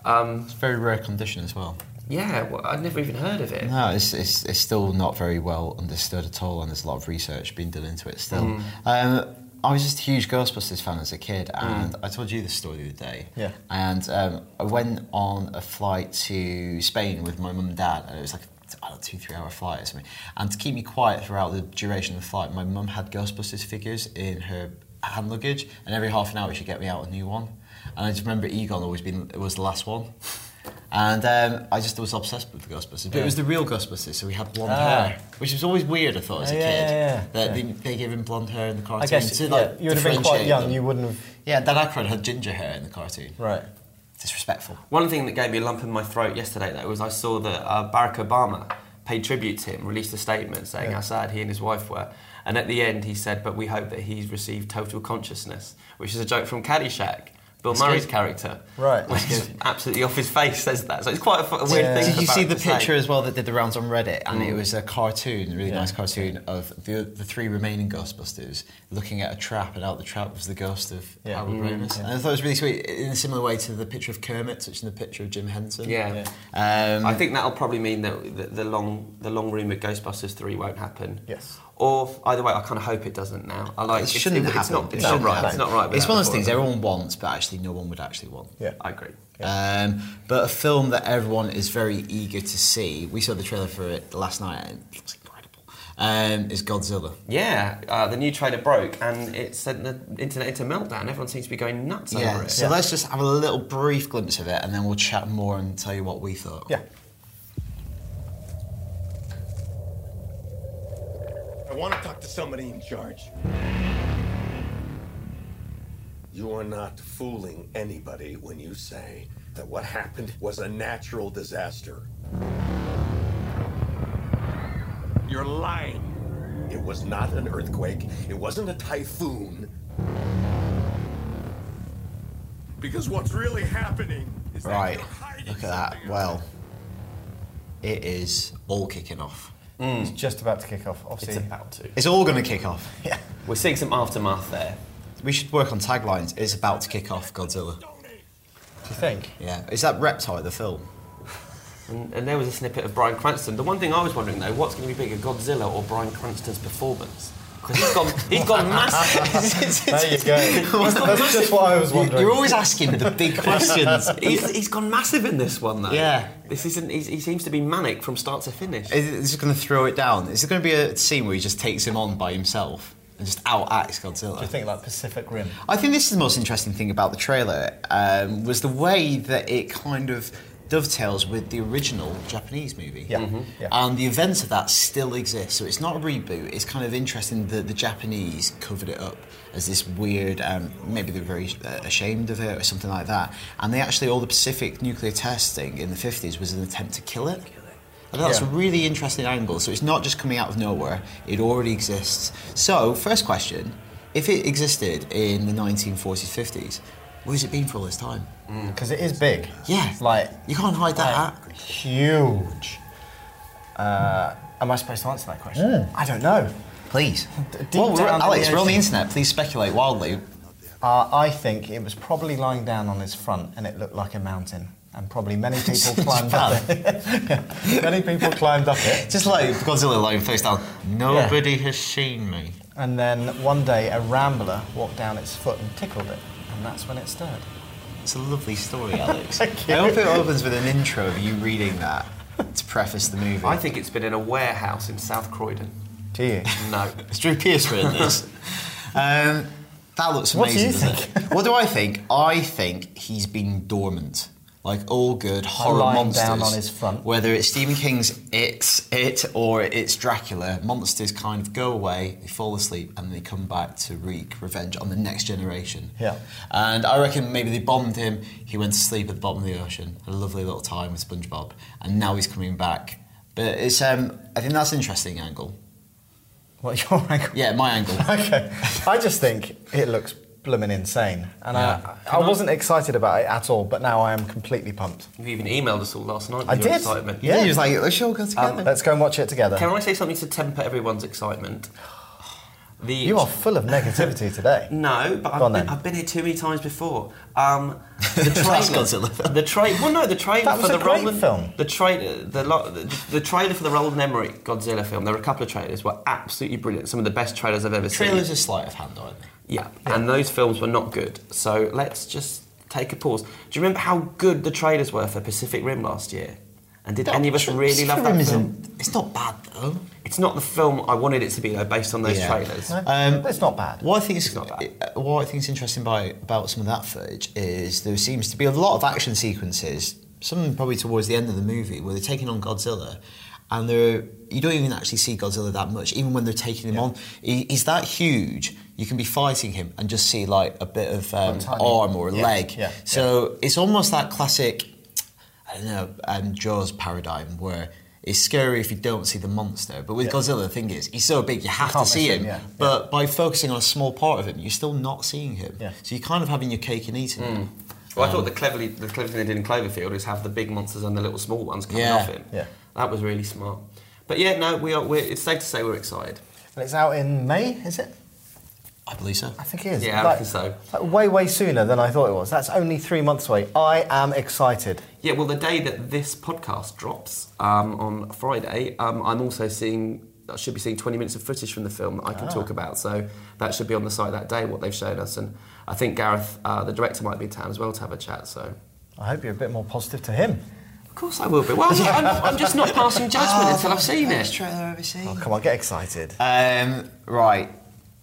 [SPEAKER 1] It's a very rare condition as well.
[SPEAKER 2] Yeah, well, I'd never even heard of it.
[SPEAKER 1] No, it's, it's, it's still not very well understood at all, and there's a lot of research being done into it still. Um, I was just a huge Ghostbusters fan as a kid, and I told you this story the other day.
[SPEAKER 3] Yeah.
[SPEAKER 1] And um, I went on a flight to Spain with my mum and dad, and it was like I don't know, two, three hour flight or something. And to keep me quiet throughout the duration of the flight, my mum had Ghostbusters figures in her hand luggage, and every half an hour she'd get me out a new one. And I just remember Egon always being was the last one. And um, I just was obsessed with the Ghostbusters. But it was the real Ghostbusters, so we had blonde
[SPEAKER 3] Ah.
[SPEAKER 1] hair, which was always weird, I thought, as a
[SPEAKER 3] Yeah,
[SPEAKER 1] kid.
[SPEAKER 3] yeah, yeah.
[SPEAKER 1] That
[SPEAKER 3] Yeah.
[SPEAKER 1] They, they gave him blonde hair in the cartoon.
[SPEAKER 3] I guess
[SPEAKER 1] to,
[SPEAKER 3] yeah,
[SPEAKER 1] like,
[SPEAKER 3] you would have been quite
[SPEAKER 1] differentiate
[SPEAKER 3] young.
[SPEAKER 1] them.
[SPEAKER 3] You wouldn't have.
[SPEAKER 1] Yeah, Dan Aykroyd had ginger hair in the cartoon.
[SPEAKER 3] Right.
[SPEAKER 1] Disrespectful.
[SPEAKER 2] One thing that gave me a lump in my throat yesterday, though, was I saw that uh, Barack Obama paid tribute to him, released a statement saying how sad he and his wife were. And at the end, he said, But we hope that he's received total consciousness, which is a joke from Caddyshack. Bill
[SPEAKER 1] It's
[SPEAKER 2] Murray's
[SPEAKER 1] good.
[SPEAKER 2] character.
[SPEAKER 3] Right.
[SPEAKER 2] Which goes absolutely off his face, says that. So it's quite a, fu- a weird
[SPEAKER 3] Yeah.
[SPEAKER 2] thing.
[SPEAKER 1] Did
[SPEAKER 2] for
[SPEAKER 1] you see
[SPEAKER 2] Barrett
[SPEAKER 1] the
[SPEAKER 2] to say.
[SPEAKER 1] picture as well that did the rounds on Reddit? And it was a cartoon, a really
[SPEAKER 3] Mm. Yeah.
[SPEAKER 1] nice cartoon of the, the three remaining Ghostbusters looking at a trap, and out the trap was the ghost of
[SPEAKER 3] Yeah.
[SPEAKER 1] Harold
[SPEAKER 3] Mm.
[SPEAKER 1] Ramis. And I thought it was really sweet, in a similar way to the picture of Kermit, which is the picture of Jim Henson.
[SPEAKER 2] Yeah. Yeah.
[SPEAKER 1] Um,
[SPEAKER 2] I think that'll probably mean that the, the long the long rumour Ghostbusters 3 won't happen.
[SPEAKER 3] Yes.
[SPEAKER 2] Or either way, I kind of hope it doesn't now. I like
[SPEAKER 1] it shouldn't
[SPEAKER 2] it's,
[SPEAKER 1] happen.
[SPEAKER 2] It's not,
[SPEAKER 1] It
[SPEAKER 2] it's
[SPEAKER 1] shouldn't
[SPEAKER 2] not right.
[SPEAKER 1] happen.
[SPEAKER 2] It's not right.
[SPEAKER 1] It's one of those things
[SPEAKER 2] I
[SPEAKER 1] everyone wants, but actually no one would actually want.
[SPEAKER 3] Yeah.
[SPEAKER 2] agree.
[SPEAKER 1] Um, but a film that everyone is very eager to see. We saw the trailer for it last night, and it looks incredible. Um, is Godzilla?
[SPEAKER 2] Yeah, uh, the new trailer broke and it sent the internet into meltdown. Everyone seems to be going nuts over
[SPEAKER 1] Yeah.
[SPEAKER 2] it.
[SPEAKER 1] So let's just have a little brief glimpse of it, and then we'll chat more and tell you what we thought.
[SPEAKER 3] Yeah.
[SPEAKER 4] I want to talk to somebody in charge.
[SPEAKER 5] You are not fooling anybody when you say that what happened was a natural disaster.
[SPEAKER 4] You're lying.
[SPEAKER 5] It was not an earthquake, it wasn't a typhoon.
[SPEAKER 4] Because what's really happening is
[SPEAKER 1] Right.
[SPEAKER 4] that you're hiding
[SPEAKER 1] Look at that.
[SPEAKER 4] something.
[SPEAKER 1] Well, it is all kicking off.
[SPEAKER 3] It's just about to kick off. Obviously,
[SPEAKER 2] It's about to.
[SPEAKER 1] It's all going to kick off.
[SPEAKER 3] yeah.
[SPEAKER 2] We're seeing some aftermath there.
[SPEAKER 1] We should work on taglines. It's about to kick off, Godzilla.
[SPEAKER 4] Donate.
[SPEAKER 3] Do you think?
[SPEAKER 1] Yeah. Is that Reptile the film?
[SPEAKER 2] And, and there was a snippet of Brian Cranston. The one thing I was wondering though, what's going to be bigger, Godzilla or Brian Cranston's performance? Because he's gone, he's
[SPEAKER 1] <laughs>
[SPEAKER 2] gone massive. <laughs>
[SPEAKER 3] There you go. That's just
[SPEAKER 1] <laughs>
[SPEAKER 3] what I was wondering.
[SPEAKER 1] You're always asking the
[SPEAKER 3] <laughs>
[SPEAKER 1] big questions.
[SPEAKER 2] He's, he's gone massive in this one though.
[SPEAKER 1] Yeah.
[SPEAKER 2] This isn't. He's, he seems to be manic from start to finish.
[SPEAKER 1] Is it just going to throw it down? Is it going to be a scene where he just takes him on by himself and just out acts Godzilla?
[SPEAKER 3] I think like Pacific Rim.
[SPEAKER 1] I think this is the most interesting thing about the trailer um, was the way that it kind of dovetails with the original Japanese movie.
[SPEAKER 3] Yeah, Mhm. yeah.
[SPEAKER 1] And the events of that still exist. So it's not a reboot. It's kind of interesting that the Japanese covered it up as this weird, um, maybe they're very uh, ashamed of it or something like that. And they actually, all the Pacific nuclear testing in the 50s was an attempt to kill it. And that's
[SPEAKER 3] Yeah.
[SPEAKER 1] a really interesting angle. So it's not just coming out of nowhere, it already exists. So, first question if it existed in the 1940s, 50s, where's it been for all this time?
[SPEAKER 3] Because it is big.
[SPEAKER 1] Yeah.
[SPEAKER 3] Like,
[SPEAKER 1] You can't hide that.
[SPEAKER 3] like huge. Uh, am I supposed to answer that question? I don't know.
[SPEAKER 1] Please.
[SPEAKER 3] deep
[SPEAKER 1] Well, we're,
[SPEAKER 3] down in
[SPEAKER 1] Alex,
[SPEAKER 3] the
[SPEAKER 1] we're on the
[SPEAKER 3] ocean.
[SPEAKER 1] internet. Please speculate wildly.
[SPEAKER 3] Uh, I think it was probably lying down on its front and it looked like a mountain. And probably many people climbed up it. <laughs> many people climbed up it.
[SPEAKER 1] Just like Godzilla lying face down. Nobody has seen me.
[SPEAKER 3] And then one day a rambler walked down its foot and tickled it. And that's when it stirred.
[SPEAKER 1] It's a lovely story, Alex.
[SPEAKER 3] <laughs> Thank you.
[SPEAKER 1] I hope it opens with an intro of you reading that to preface the movie.
[SPEAKER 2] I think it's been in a warehouse in South Croydon.
[SPEAKER 3] Do you?
[SPEAKER 2] No. <laughs>
[SPEAKER 1] It's Drew Pearce written
[SPEAKER 3] <laughs>
[SPEAKER 1] this. um, that looks amazing.
[SPEAKER 3] What do you
[SPEAKER 1] doesn't it? what do I think? I think he's been dormant. Like all good horror
[SPEAKER 3] lying
[SPEAKER 1] monsters.
[SPEAKER 3] down on his front.
[SPEAKER 1] Whether it's Stephen King's It, It, or it's Dracula, monsters kind of go away, they fall asleep, and they come back to wreak revenge on the next generation.
[SPEAKER 3] Yeah.
[SPEAKER 1] And I reckon maybe they bombed him, he went to sleep at the bottom of the ocean, had a lovely little time with SpongeBob, and now he's coming back. But it's, um, I think that's an interesting angle.
[SPEAKER 3] What, your <laughs> angle?
[SPEAKER 1] Yeah, my angle.
[SPEAKER 3] Okay. I just think it looks blooming insane. And
[SPEAKER 2] Yeah.
[SPEAKER 3] I, I wasn't excited about it at all, but now I am completely pumped.
[SPEAKER 2] You even emailed us all last night. with
[SPEAKER 3] I
[SPEAKER 2] your
[SPEAKER 3] did.
[SPEAKER 2] Excitement.
[SPEAKER 1] Yeah,
[SPEAKER 3] Yeah.
[SPEAKER 1] he was like, let's all go together.
[SPEAKER 3] Let's go and watch it together.
[SPEAKER 2] Can I say something to temper everyone's excitement? The
[SPEAKER 3] You are full of negativity today. <laughs>
[SPEAKER 2] <laughs> No, but
[SPEAKER 3] Go on
[SPEAKER 2] I've been,
[SPEAKER 3] then.
[SPEAKER 2] I've been here too many times before. Um,
[SPEAKER 3] <laughs>
[SPEAKER 2] the
[SPEAKER 1] That's
[SPEAKER 2] trailer,
[SPEAKER 1] Godzilla.
[SPEAKER 2] the trailer. Well, no, the trailer
[SPEAKER 3] That was
[SPEAKER 2] for
[SPEAKER 3] a
[SPEAKER 2] the
[SPEAKER 3] great
[SPEAKER 2] Roland
[SPEAKER 3] film.
[SPEAKER 2] The trailer, the, lo- the the trailer for the Roland Emmerich Godzilla film. There were a couple of trailers were absolutely brilliant. Some of the best trailers I've ever
[SPEAKER 1] Trailers
[SPEAKER 2] seen.
[SPEAKER 1] are sleight of hand, aren't they?
[SPEAKER 2] Yeah, and those films were not good. So let's just take a pause. Do you remember how good the trailers were for Pacific Rim last year? And did any of us really love that film?
[SPEAKER 1] It's not bad though.
[SPEAKER 2] It's not the film I wanted it to be though, based on those
[SPEAKER 1] Yeah.
[SPEAKER 2] trailers.
[SPEAKER 3] but it's not bad.
[SPEAKER 1] What I think is
[SPEAKER 2] It's not bad.
[SPEAKER 1] uh, what I think is interesting by, about some of that footage is there seems to be a lot of action sequences, some probably towards the end of the movie, where they're taking on Godzilla, and they're you don't even actually see Godzilla that much, even when they're taking him on. He, he's that huge, you can be fighting him and just see like a bit of um,
[SPEAKER 3] tiny-
[SPEAKER 1] arm or a
[SPEAKER 3] yeah,
[SPEAKER 1] leg.
[SPEAKER 3] yeah,
[SPEAKER 1] so it's almost that classic, I don't know, um, Jaws paradigm where. It's scary if you don't see the monster, but with Godzilla, the thing is, he's so big you have to
[SPEAKER 3] Can't
[SPEAKER 1] see
[SPEAKER 3] miss him,
[SPEAKER 1] him.
[SPEAKER 3] yeah,
[SPEAKER 1] But by focusing on a small part of him, you're still not seeing him.
[SPEAKER 3] Yeah.
[SPEAKER 1] So you're kind of having your cake and eating it.
[SPEAKER 2] Well, I thought the cleverly the clever thing they did in Cloverfield is have the big monsters and the little small ones coming
[SPEAKER 1] Yeah,
[SPEAKER 2] off him.
[SPEAKER 3] yeah.
[SPEAKER 2] that was really smart. But yeah, no, we are. We're, it's safe to say we're excited.
[SPEAKER 3] And it's out in May, is it?
[SPEAKER 1] I believe so.
[SPEAKER 3] I think it is.
[SPEAKER 2] Yeah, I reckon so.
[SPEAKER 3] like way, way sooner than I thought it was. That's only three months away. I am excited.
[SPEAKER 2] Yeah, well, the day that this podcast drops um, on Friday, um, I'm also seeing. I should be seeing 20 minutes of footage from the film that I can talk about. So that should be on the site that day. What they've shown us, and I think Gareth, uh, the director, might be in town as well to have a chat. So.
[SPEAKER 3] I hope you're a bit more positive to him.
[SPEAKER 2] Of course I will be. Well, I'm, I'm, I'm just not passing judgment
[SPEAKER 1] Ah.
[SPEAKER 2] until I've seen
[SPEAKER 1] Best
[SPEAKER 2] it.
[SPEAKER 1] Oh, trailer I've ever seen.
[SPEAKER 3] Come on, get excited.
[SPEAKER 1] Um, right.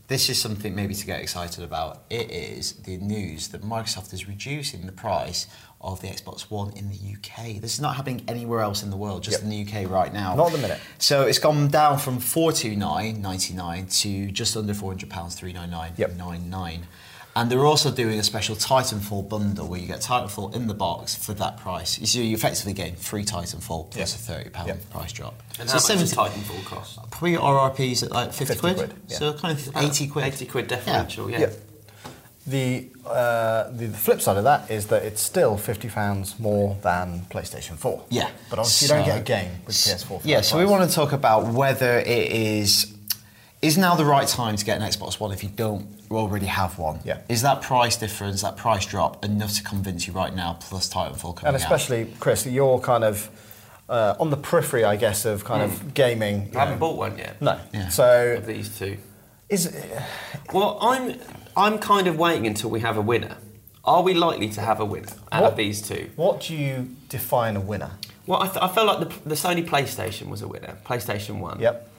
[SPEAKER 1] This is something maybe to get excited about. It is the news that Microsoft is reducing the price of the Xbox One in the UK. This is not happening anywhere else in the world, just in the UK right now.
[SPEAKER 3] Not at the minute.
[SPEAKER 1] So it's gone down from 429.99 to just under 400 pounds 399.99. And they're also doing a special Titanfall bundle where you get Titanfall in the box for that price. So you effectively getting free Titanfall plus a 30 pound
[SPEAKER 3] Yep.
[SPEAKER 1] price drop.
[SPEAKER 2] And
[SPEAKER 1] so
[SPEAKER 2] how much does
[SPEAKER 1] 70
[SPEAKER 2] Titanfall cost?
[SPEAKER 1] Probably RRPs at like 50,
[SPEAKER 3] 50
[SPEAKER 1] quid.
[SPEAKER 3] quid, yeah. Uh,
[SPEAKER 1] So kind of 80 quid.
[SPEAKER 2] 80 quid differential, yeah.
[SPEAKER 3] Yeah. The, uh, the the flip side of that is that it's still fifty pounds more than PlayStation Four.
[SPEAKER 1] Yeah.
[SPEAKER 3] but obviously you don't get a game with PS4. for
[SPEAKER 1] Yeah,
[SPEAKER 3] that
[SPEAKER 1] so we
[SPEAKER 3] price.
[SPEAKER 1] want to talk about whether it is is now the right time to get an Xbox One if you don't already have one.
[SPEAKER 3] Yeah.
[SPEAKER 1] Is that price difference, that price drop enough to convince you right now plus Titanfall coming
[SPEAKER 3] and
[SPEAKER 1] out?
[SPEAKER 3] especially Chris, you're kind of uh, on the periphery, I guess, of kind of gaming. you
[SPEAKER 2] I Mm. haven't
[SPEAKER 3] know.
[SPEAKER 2] bought one yet.
[SPEAKER 3] No.
[SPEAKER 1] Yeah.
[SPEAKER 3] So
[SPEAKER 2] Of these two.
[SPEAKER 3] is
[SPEAKER 2] Well, I'm I'm kind of waiting until we have a winner. Are we likely to have a winner out
[SPEAKER 3] What-
[SPEAKER 2] of these two?
[SPEAKER 3] what do you define a winner?
[SPEAKER 2] Well, I, th- I felt like the, the Sony PlayStation was a winner, PlayStation 1.
[SPEAKER 3] Yep.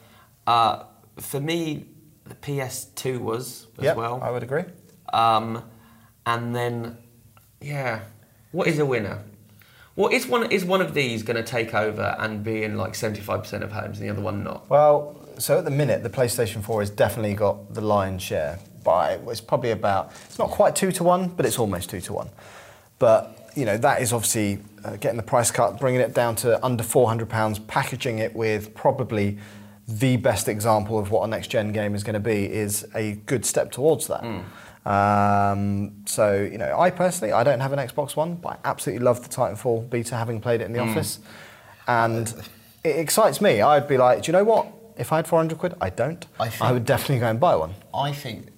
[SPEAKER 2] Uh, for me, the PS2 was as
[SPEAKER 3] Yep,
[SPEAKER 2] well.
[SPEAKER 3] I would agree.
[SPEAKER 2] Um, and then, yeah, what is a winner? Well, is one is one of these going to take over and be in like seventy five percent of homes, and the other one not?
[SPEAKER 3] Well, so at the minute, the PlayStation 4 has definitely got the lion's share by it's probably about it's not quite two to one, but it's almost two to one. But you know that is obviously uh, getting the price cut, bringing it down to under four hundred pounds, packaging it with probably the best example of what a next gen game is going to be is a good step towards that. Hmm. Um, so you know, I personally I don't have an Xbox One, but I absolutely love the Titanfall beta, having played it in the office and it excites me. I'd be like, do you know what? If I had 400 quid, I don't.
[SPEAKER 1] I
[SPEAKER 3] I,
[SPEAKER 1] think-
[SPEAKER 3] would definitely go and buy one.
[SPEAKER 1] I think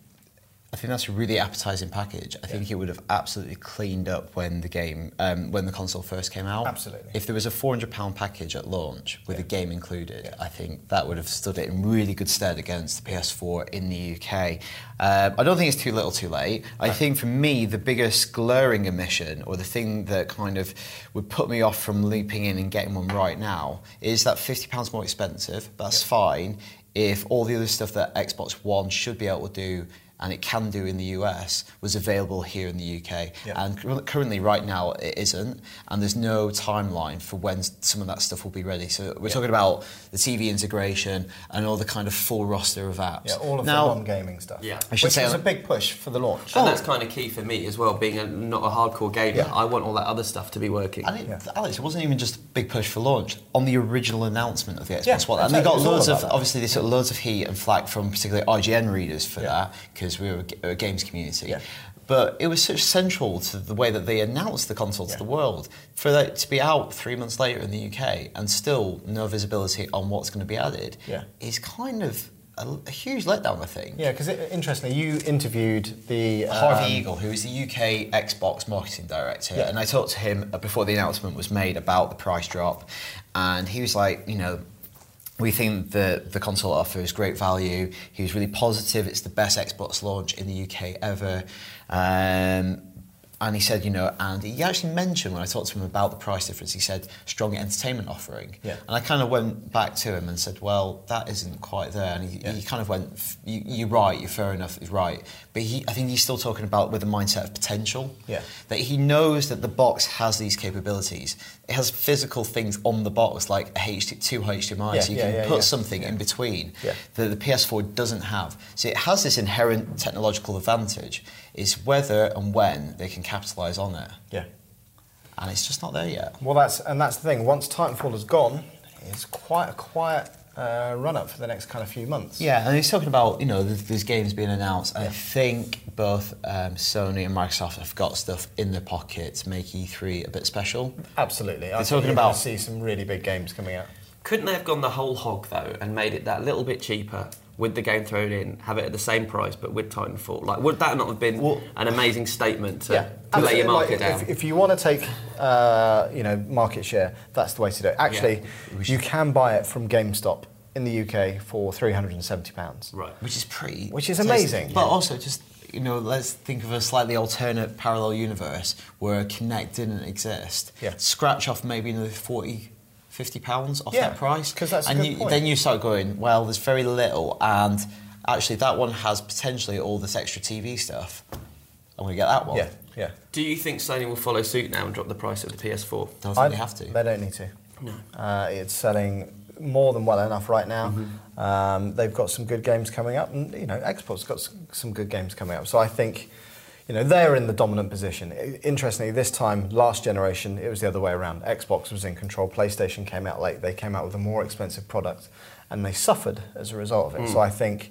[SPEAKER 1] I think that's a really appetizing package. I think it would have absolutely cleaned up when the game um, when the console first came out.
[SPEAKER 3] Absolutely.
[SPEAKER 1] If there was a 400 pound package at launch with a game included, I think that would have stood it in really good stead against the PS4 in the UK. Um, I don't think it's too little, too late. I think for me the biggest glaring omission or the thing that kind of would put me off from leaping in and getting one right now is that 50 pounds more expensive. That's fine if all the other stuff that Xbox One should be able to do and it can do in the US was available here in the UK. And cur- currently, right now, it isn't. And there's no timeline for when s- some of that stuff will be ready. So we're talking about the TV integration and all the kind of full roster of apps. now,
[SPEAKER 3] non-gaming stuff.
[SPEAKER 2] Yeah.
[SPEAKER 1] I should
[SPEAKER 3] which
[SPEAKER 1] say
[SPEAKER 3] was a
[SPEAKER 1] that- Oh,
[SPEAKER 3] big push for the launch.
[SPEAKER 2] And that's kind of key for me as well, being a, not a hardcore gamer.
[SPEAKER 3] Yeah.
[SPEAKER 2] I want all that other stuff to be working.
[SPEAKER 1] And it, Alex, it wasn't even just a big push for launch on the original announcement of the Xbox
[SPEAKER 3] Yeah,
[SPEAKER 1] One, and they
[SPEAKER 3] exactly.
[SPEAKER 1] got
[SPEAKER 3] It's all
[SPEAKER 1] loads of
[SPEAKER 3] about that.
[SPEAKER 1] obviously they took loads of heat and flack from particularly IGN readers for that because we were a g- a games community.
[SPEAKER 3] Yeah.
[SPEAKER 1] But it was such central to the way that they announced the console to
[SPEAKER 3] Yeah.
[SPEAKER 1] the world for that to be out three months later in the UK and still no visibility on what's going to be added
[SPEAKER 3] Yeah.
[SPEAKER 1] is kind of a, a huge letdown, I think.
[SPEAKER 3] Yeah, because interestingly, you interviewed the um,
[SPEAKER 1] Harvey Eagle, who is the UK Xbox marketing director, and I talked to him uh, before the announcement was made about the price drop, and he was like, you know, we think that the console offers great value. He was really positive. It's the best Xbox launch in the UK ever. Um, and he said, you know, and he actually mentioned when I talked to him about the price difference, he said strong entertainment offering.
[SPEAKER 3] Yeah.
[SPEAKER 1] And I kind of went back to him and said, well, that isn't quite there. And he, he kind of went, "F- you, you're right, you're fair enough, you're right. But he, I think he's still talking about with a mindset of potential.
[SPEAKER 3] Yeah.
[SPEAKER 1] That he knows that the box has these capabilities. It has physical things on the box, like a HD, two HDMI,
[SPEAKER 3] Yeah,
[SPEAKER 1] so you
[SPEAKER 3] yeah,
[SPEAKER 1] can
[SPEAKER 3] yeah,
[SPEAKER 1] put
[SPEAKER 3] yeah.
[SPEAKER 1] something in between
[SPEAKER 3] Yeah.
[SPEAKER 1] that the PS4 doesn't have. So it has this inherent technological advantage. It's whether and when they can capitalize on it.
[SPEAKER 3] yeah.
[SPEAKER 1] And it's just not there yet.
[SPEAKER 3] Well, that's and that's the thing. Once Titanfall is gone, it's quite a quiet uh, run up for the next kind of few months.
[SPEAKER 1] Yeah, and he's talking about you know th- these games being announced. I think both um, Sony and Microsoft have got stuff in their pocket to make E3 a bit special.
[SPEAKER 3] Absolutely. I
[SPEAKER 1] They're
[SPEAKER 3] think
[SPEAKER 1] talking
[SPEAKER 3] you're gonna
[SPEAKER 1] about-
[SPEAKER 3] see some really big games coming out.
[SPEAKER 2] Couldn't they have gone the whole hog though and made it that little bit cheaper with the game thrown in, have it at the same price but with Titanfall? Like, would that not have been
[SPEAKER 3] Well-
[SPEAKER 2] an amazing statement to, to lay
[SPEAKER 3] absolutely.
[SPEAKER 2] your market
[SPEAKER 3] Like,
[SPEAKER 2] down?
[SPEAKER 3] If, if you want to take, uh, you know, market share, that's the way to do it. Actually, you can buy it from GameStop in the UK for three hundred and seventy pounds.
[SPEAKER 2] right.
[SPEAKER 1] which is pretty,
[SPEAKER 3] Which is
[SPEAKER 1] tasty.
[SPEAKER 3] amazing.
[SPEAKER 1] But
[SPEAKER 3] Yeah.
[SPEAKER 1] also, just you know, let's think of a slightly alternate parallel universe where Kinect didn't exist.
[SPEAKER 3] Yeah.
[SPEAKER 1] Scratch off maybe another 40, 50 pounds off
[SPEAKER 3] Yeah,
[SPEAKER 1] that price,
[SPEAKER 3] 'cause that's a
[SPEAKER 1] and
[SPEAKER 3] good
[SPEAKER 1] you,
[SPEAKER 3] point.
[SPEAKER 1] then you start going, well, there's very little, and actually that one has potentially all this extra TV stuff. I'm gonna get that one.
[SPEAKER 3] Yeah, yeah.
[SPEAKER 2] Do you think Sony will follow suit now and drop the price of the PS4?
[SPEAKER 1] Don't
[SPEAKER 3] I-
[SPEAKER 1] think they have to.
[SPEAKER 3] They don't need to. No. Uh, it's selling more than well enough right now. Um, they've got some good games coming up, and you know, Xbox's got s- some good games coming up. So I think, you know, they're in the dominant position. I- Interestingly, this time last generation, it was the other way around. Xbox was in control. PlayStation came out late. They came out with a more expensive product, and they suffered as a result of it. So I think.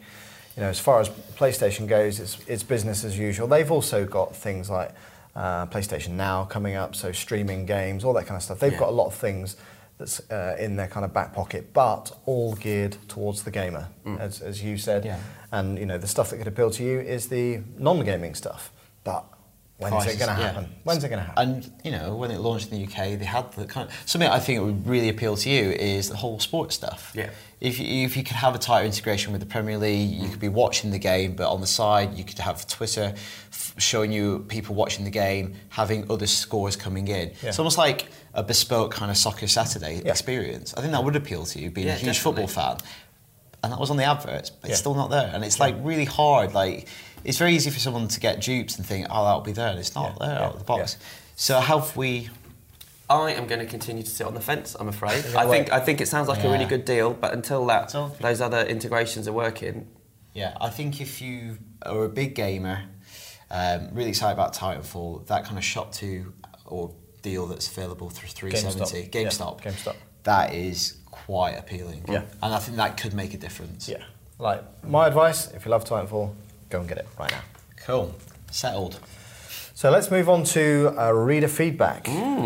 [SPEAKER 3] You know, as far as PlayStation goes, it's, it's business as usual. They've also got things like uh, PlayStation Now coming up, so streaming games, all that kind of stuff. They've
[SPEAKER 2] Yeah.
[SPEAKER 3] got a lot of things that's uh, in their kind of back pocket, but all geared towards the gamer, as, as you said.
[SPEAKER 1] Mm. Yeah.
[SPEAKER 3] And you know, the stuff that could appeal to you is the non-gaming stuff. But when's
[SPEAKER 1] Prices,
[SPEAKER 3] it going to
[SPEAKER 1] yeah.
[SPEAKER 3] happen? When's it going to happen?
[SPEAKER 1] And you know, when it launched in the UK, they had the kind of something I think would really appeal to you is the whole sports stuff.
[SPEAKER 2] Yeah.
[SPEAKER 1] If you, if you could have a tighter integration with the Premier League, you could be watching the game, but on the side, you could have Twitter f- showing you people watching the game, having other scores coming in.
[SPEAKER 3] Yeah.
[SPEAKER 1] It's almost like a bespoke kind of soccer Saturday
[SPEAKER 3] Yeah.
[SPEAKER 1] experience. I think that would appeal to you, being a
[SPEAKER 2] Yeah,
[SPEAKER 1] huge
[SPEAKER 2] definitely.
[SPEAKER 1] football fan. And that was on the adverts, but
[SPEAKER 3] Yeah.
[SPEAKER 1] it's still not there. And it's like really hard. Like it's very easy for someone to get duped and think, "Oh, that'll be there," and it's not
[SPEAKER 3] Yeah,
[SPEAKER 1] there
[SPEAKER 3] yeah,
[SPEAKER 1] out of the box.
[SPEAKER 3] yeah.
[SPEAKER 1] So have we?
[SPEAKER 2] I am going to continue to sit on the fence. I'm afraid. I
[SPEAKER 3] wait.
[SPEAKER 2] think I think it sounds like a really
[SPEAKER 1] Yeah.
[SPEAKER 2] good deal, but until that,
[SPEAKER 1] Until-
[SPEAKER 2] those other integrations are working.
[SPEAKER 1] Yeah, I think if you are a big gamer, um, really excited about Titanfall, that kind of shop to or deal that's available through three seventy
[SPEAKER 3] GameStop. Yeah,
[SPEAKER 1] GameStop,
[SPEAKER 3] GameStop.
[SPEAKER 1] that is quite appealing.
[SPEAKER 3] Yeah.
[SPEAKER 1] and I think that could make a difference.
[SPEAKER 3] yeah. Like my advice, if you love Titanfall, go and get it right now.
[SPEAKER 1] cool, settled.
[SPEAKER 3] So let's move on to uh, reader feedback.
[SPEAKER 1] Mm.
[SPEAKER 2] And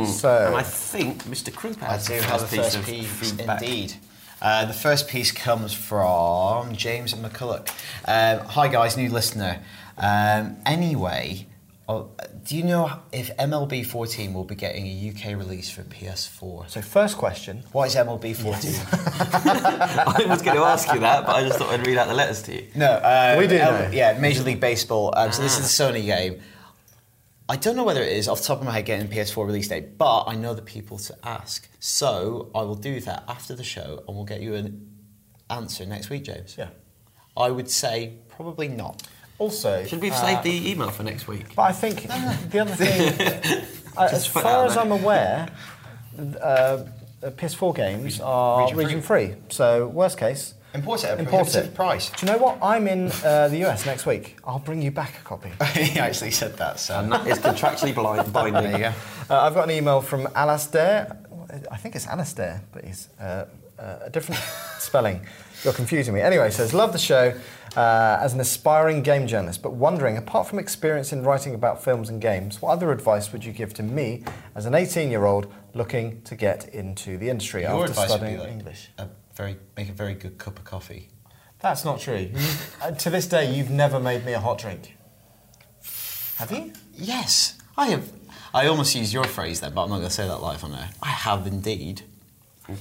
[SPEAKER 3] So
[SPEAKER 2] I think Mr. Krupa
[SPEAKER 1] I
[SPEAKER 2] has
[SPEAKER 1] do
[SPEAKER 2] the
[SPEAKER 1] have a
[SPEAKER 2] first piece
[SPEAKER 1] first
[SPEAKER 2] of
[SPEAKER 1] piece,
[SPEAKER 2] feedback.
[SPEAKER 1] indeed. Uh, the first piece comes from James McCulloch. Um, hi guys, new listener. Um, anyway, oh, do you know if MLB 14 will be getting a UK release for PS4?
[SPEAKER 3] so first question.
[SPEAKER 1] What is MLB
[SPEAKER 2] <laughs>
[SPEAKER 1] 14?
[SPEAKER 2] <laughs> I was going to ask you that, but I just thought I'd read out the letters to you.
[SPEAKER 1] No, uh,
[SPEAKER 3] We do
[SPEAKER 1] um,
[SPEAKER 3] know. Ah.
[SPEAKER 1] Yeah, Major League Baseball. Um, So this is a Sony game. I don't know whether it is off the top of my head getting PS4 release date, but I know the people to ask. So I will do that after the show, and we'll get you an answer next week, James.
[SPEAKER 3] Yeah.
[SPEAKER 1] I would say probably not.
[SPEAKER 3] Also,
[SPEAKER 2] Should we have saved
[SPEAKER 1] Uh,
[SPEAKER 2] the email for next week?
[SPEAKER 3] But I think the other thing,
[SPEAKER 2] <laughs>
[SPEAKER 3] I, as
[SPEAKER 2] Just put
[SPEAKER 3] far
[SPEAKER 2] that
[SPEAKER 3] as
[SPEAKER 2] out
[SPEAKER 3] I'm aware, uh, uh, PS4 games are
[SPEAKER 1] region
[SPEAKER 3] region,
[SPEAKER 1] free.
[SPEAKER 3] free. So worst case,
[SPEAKER 1] Import it at a
[SPEAKER 3] import
[SPEAKER 1] prohibitive
[SPEAKER 3] it.
[SPEAKER 1] price.
[SPEAKER 3] Do you know what? I'm in uh, the US next week. I'll bring you back a copy.
[SPEAKER 1] <laughs>
[SPEAKER 3] Uh,
[SPEAKER 1] he actually said that. So
[SPEAKER 2] And that is contractually blind, binding.
[SPEAKER 1] <laughs> there you go.
[SPEAKER 3] Uh, I've got an email from Alastair. I think it's Alastair, but he's uh, uh, a different <laughs> spelling. You're confusing me. Anyway, says love the show. Uh, as an aspiring game journalist, but wondering, apart from experience in writing about films and games, what other advice would you give to me as an 18-year-old looking to get into the industry
[SPEAKER 1] Your
[SPEAKER 3] after
[SPEAKER 1] advice would
[SPEAKER 3] studying
[SPEAKER 1] be like
[SPEAKER 3] English?
[SPEAKER 1] a very make a very good cup of coffee.
[SPEAKER 3] That's not true. uh, to this day, you've never made me a hot drink. Have you?
[SPEAKER 1] Yes, I have. I almost used your phrase then, but I'm not going to say that live on air. I have indeed.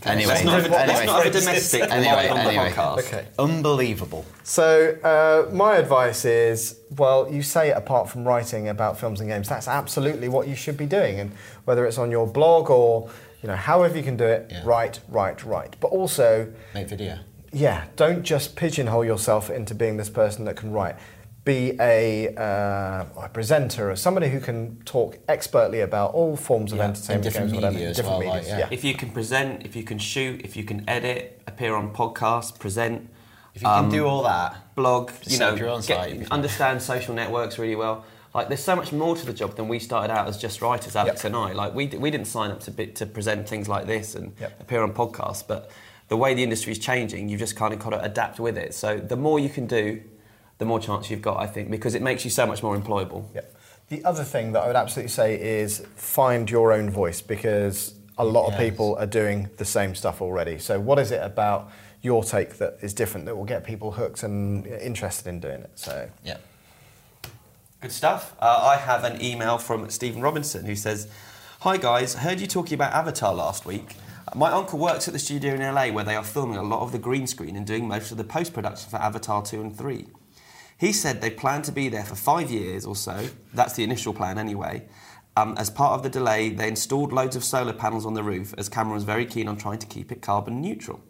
[SPEAKER 1] Anyway,
[SPEAKER 2] Let's not have a- let's
[SPEAKER 1] anyway,
[SPEAKER 2] not have a domestic
[SPEAKER 1] anyway,
[SPEAKER 2] anyway, on the
[SPEAKER 1] anyway.
[SPEAKER 2] podcast.
[SPEAKER 3] Okay.
[SPEAKER 1] Unbelievable.
[SPEAKER 3] So uh, my advice is, well, you say it apart from writing about films and games. That's absolutely what you should be doing, and whether it's on your blog or you know however you can do it,
[SPEAKER 1] Yeah.
[SPEAKER 3] write, write, write. But also,
[SPEAKER 1] Make video.
[SPEAKER 3] yeah, don't just pigeonhole yourself into being this person that can write. Be a, uh, a presenter or somebody who can talk expertly about all forms of
[SPEAKER 1] Yeah, and
[SPEAKER 3] entertainment,
[SPEAKER 1] different
[SPEAKER 3] games, whatever,
[SPEAKER 1] media as
[SPEAKER 3] different
[SPEAKER 1] well, like,
[SPEAKER 3] medias.
[SPEAKER 1] yeah.
[SPEAKER 3] yeah.
[SPEAKER 2] If you can present, if you can shoot, if you can edit, appear on podcasts, present,
[SPEAKER 1] If you
[SPEAKER 2] Um,
[SPEAKER 1] can do all that,
[SPEAKER 2] blog, you
[SPEAKER 1] set
[SPEAKER 2] know,
[SPEAKER 1] up your own
[SPEAKER 2] get-
[SPEAKER 1] site, you'd be fine.
[SPEAKER 2] understand social networks really well. Like, there's so much more to the job than we started out as just writers, Alex
[SPEAKER 3] Yep.
[SPEAKER 2] and I. Like, we, d- we didn't sign up to be, to present things like this and
[SPEAKER 3] Yep.
[SPEAKER 2] appear on podcasts, but the way the industry is changing, you've just kind of got to adapt with it. So the more you can do, the more chance you've got, I think, because it makes you so much more employable.
[SPEAKER 3] Yeah. The other thing that I would absolutely say is find your own voice because a lot of
[SPEAKER 1] Yes.
[SPEAKER 3] people are doing the same stuff already. So, what is it about your take that is different that will get people hooked and interested in doing it? So,
[SPEAKER 1] Yeah.
[SPEAKER 2] Good stuff. Uh, I have an email from Stephen Robinson who says, Hi guys, heard you talking about Avatar last week. My uncle works at the studio in LA where they are filming a lot of the green screen and doing most of the post production for Avatar 2 and 3. He said they plan to be there for five years or so, that's the initial plan anyway. Um, as part of the delay, they installed loads of solar panels on the roof as Cameron was very keen on trying to keep it carbon neutral.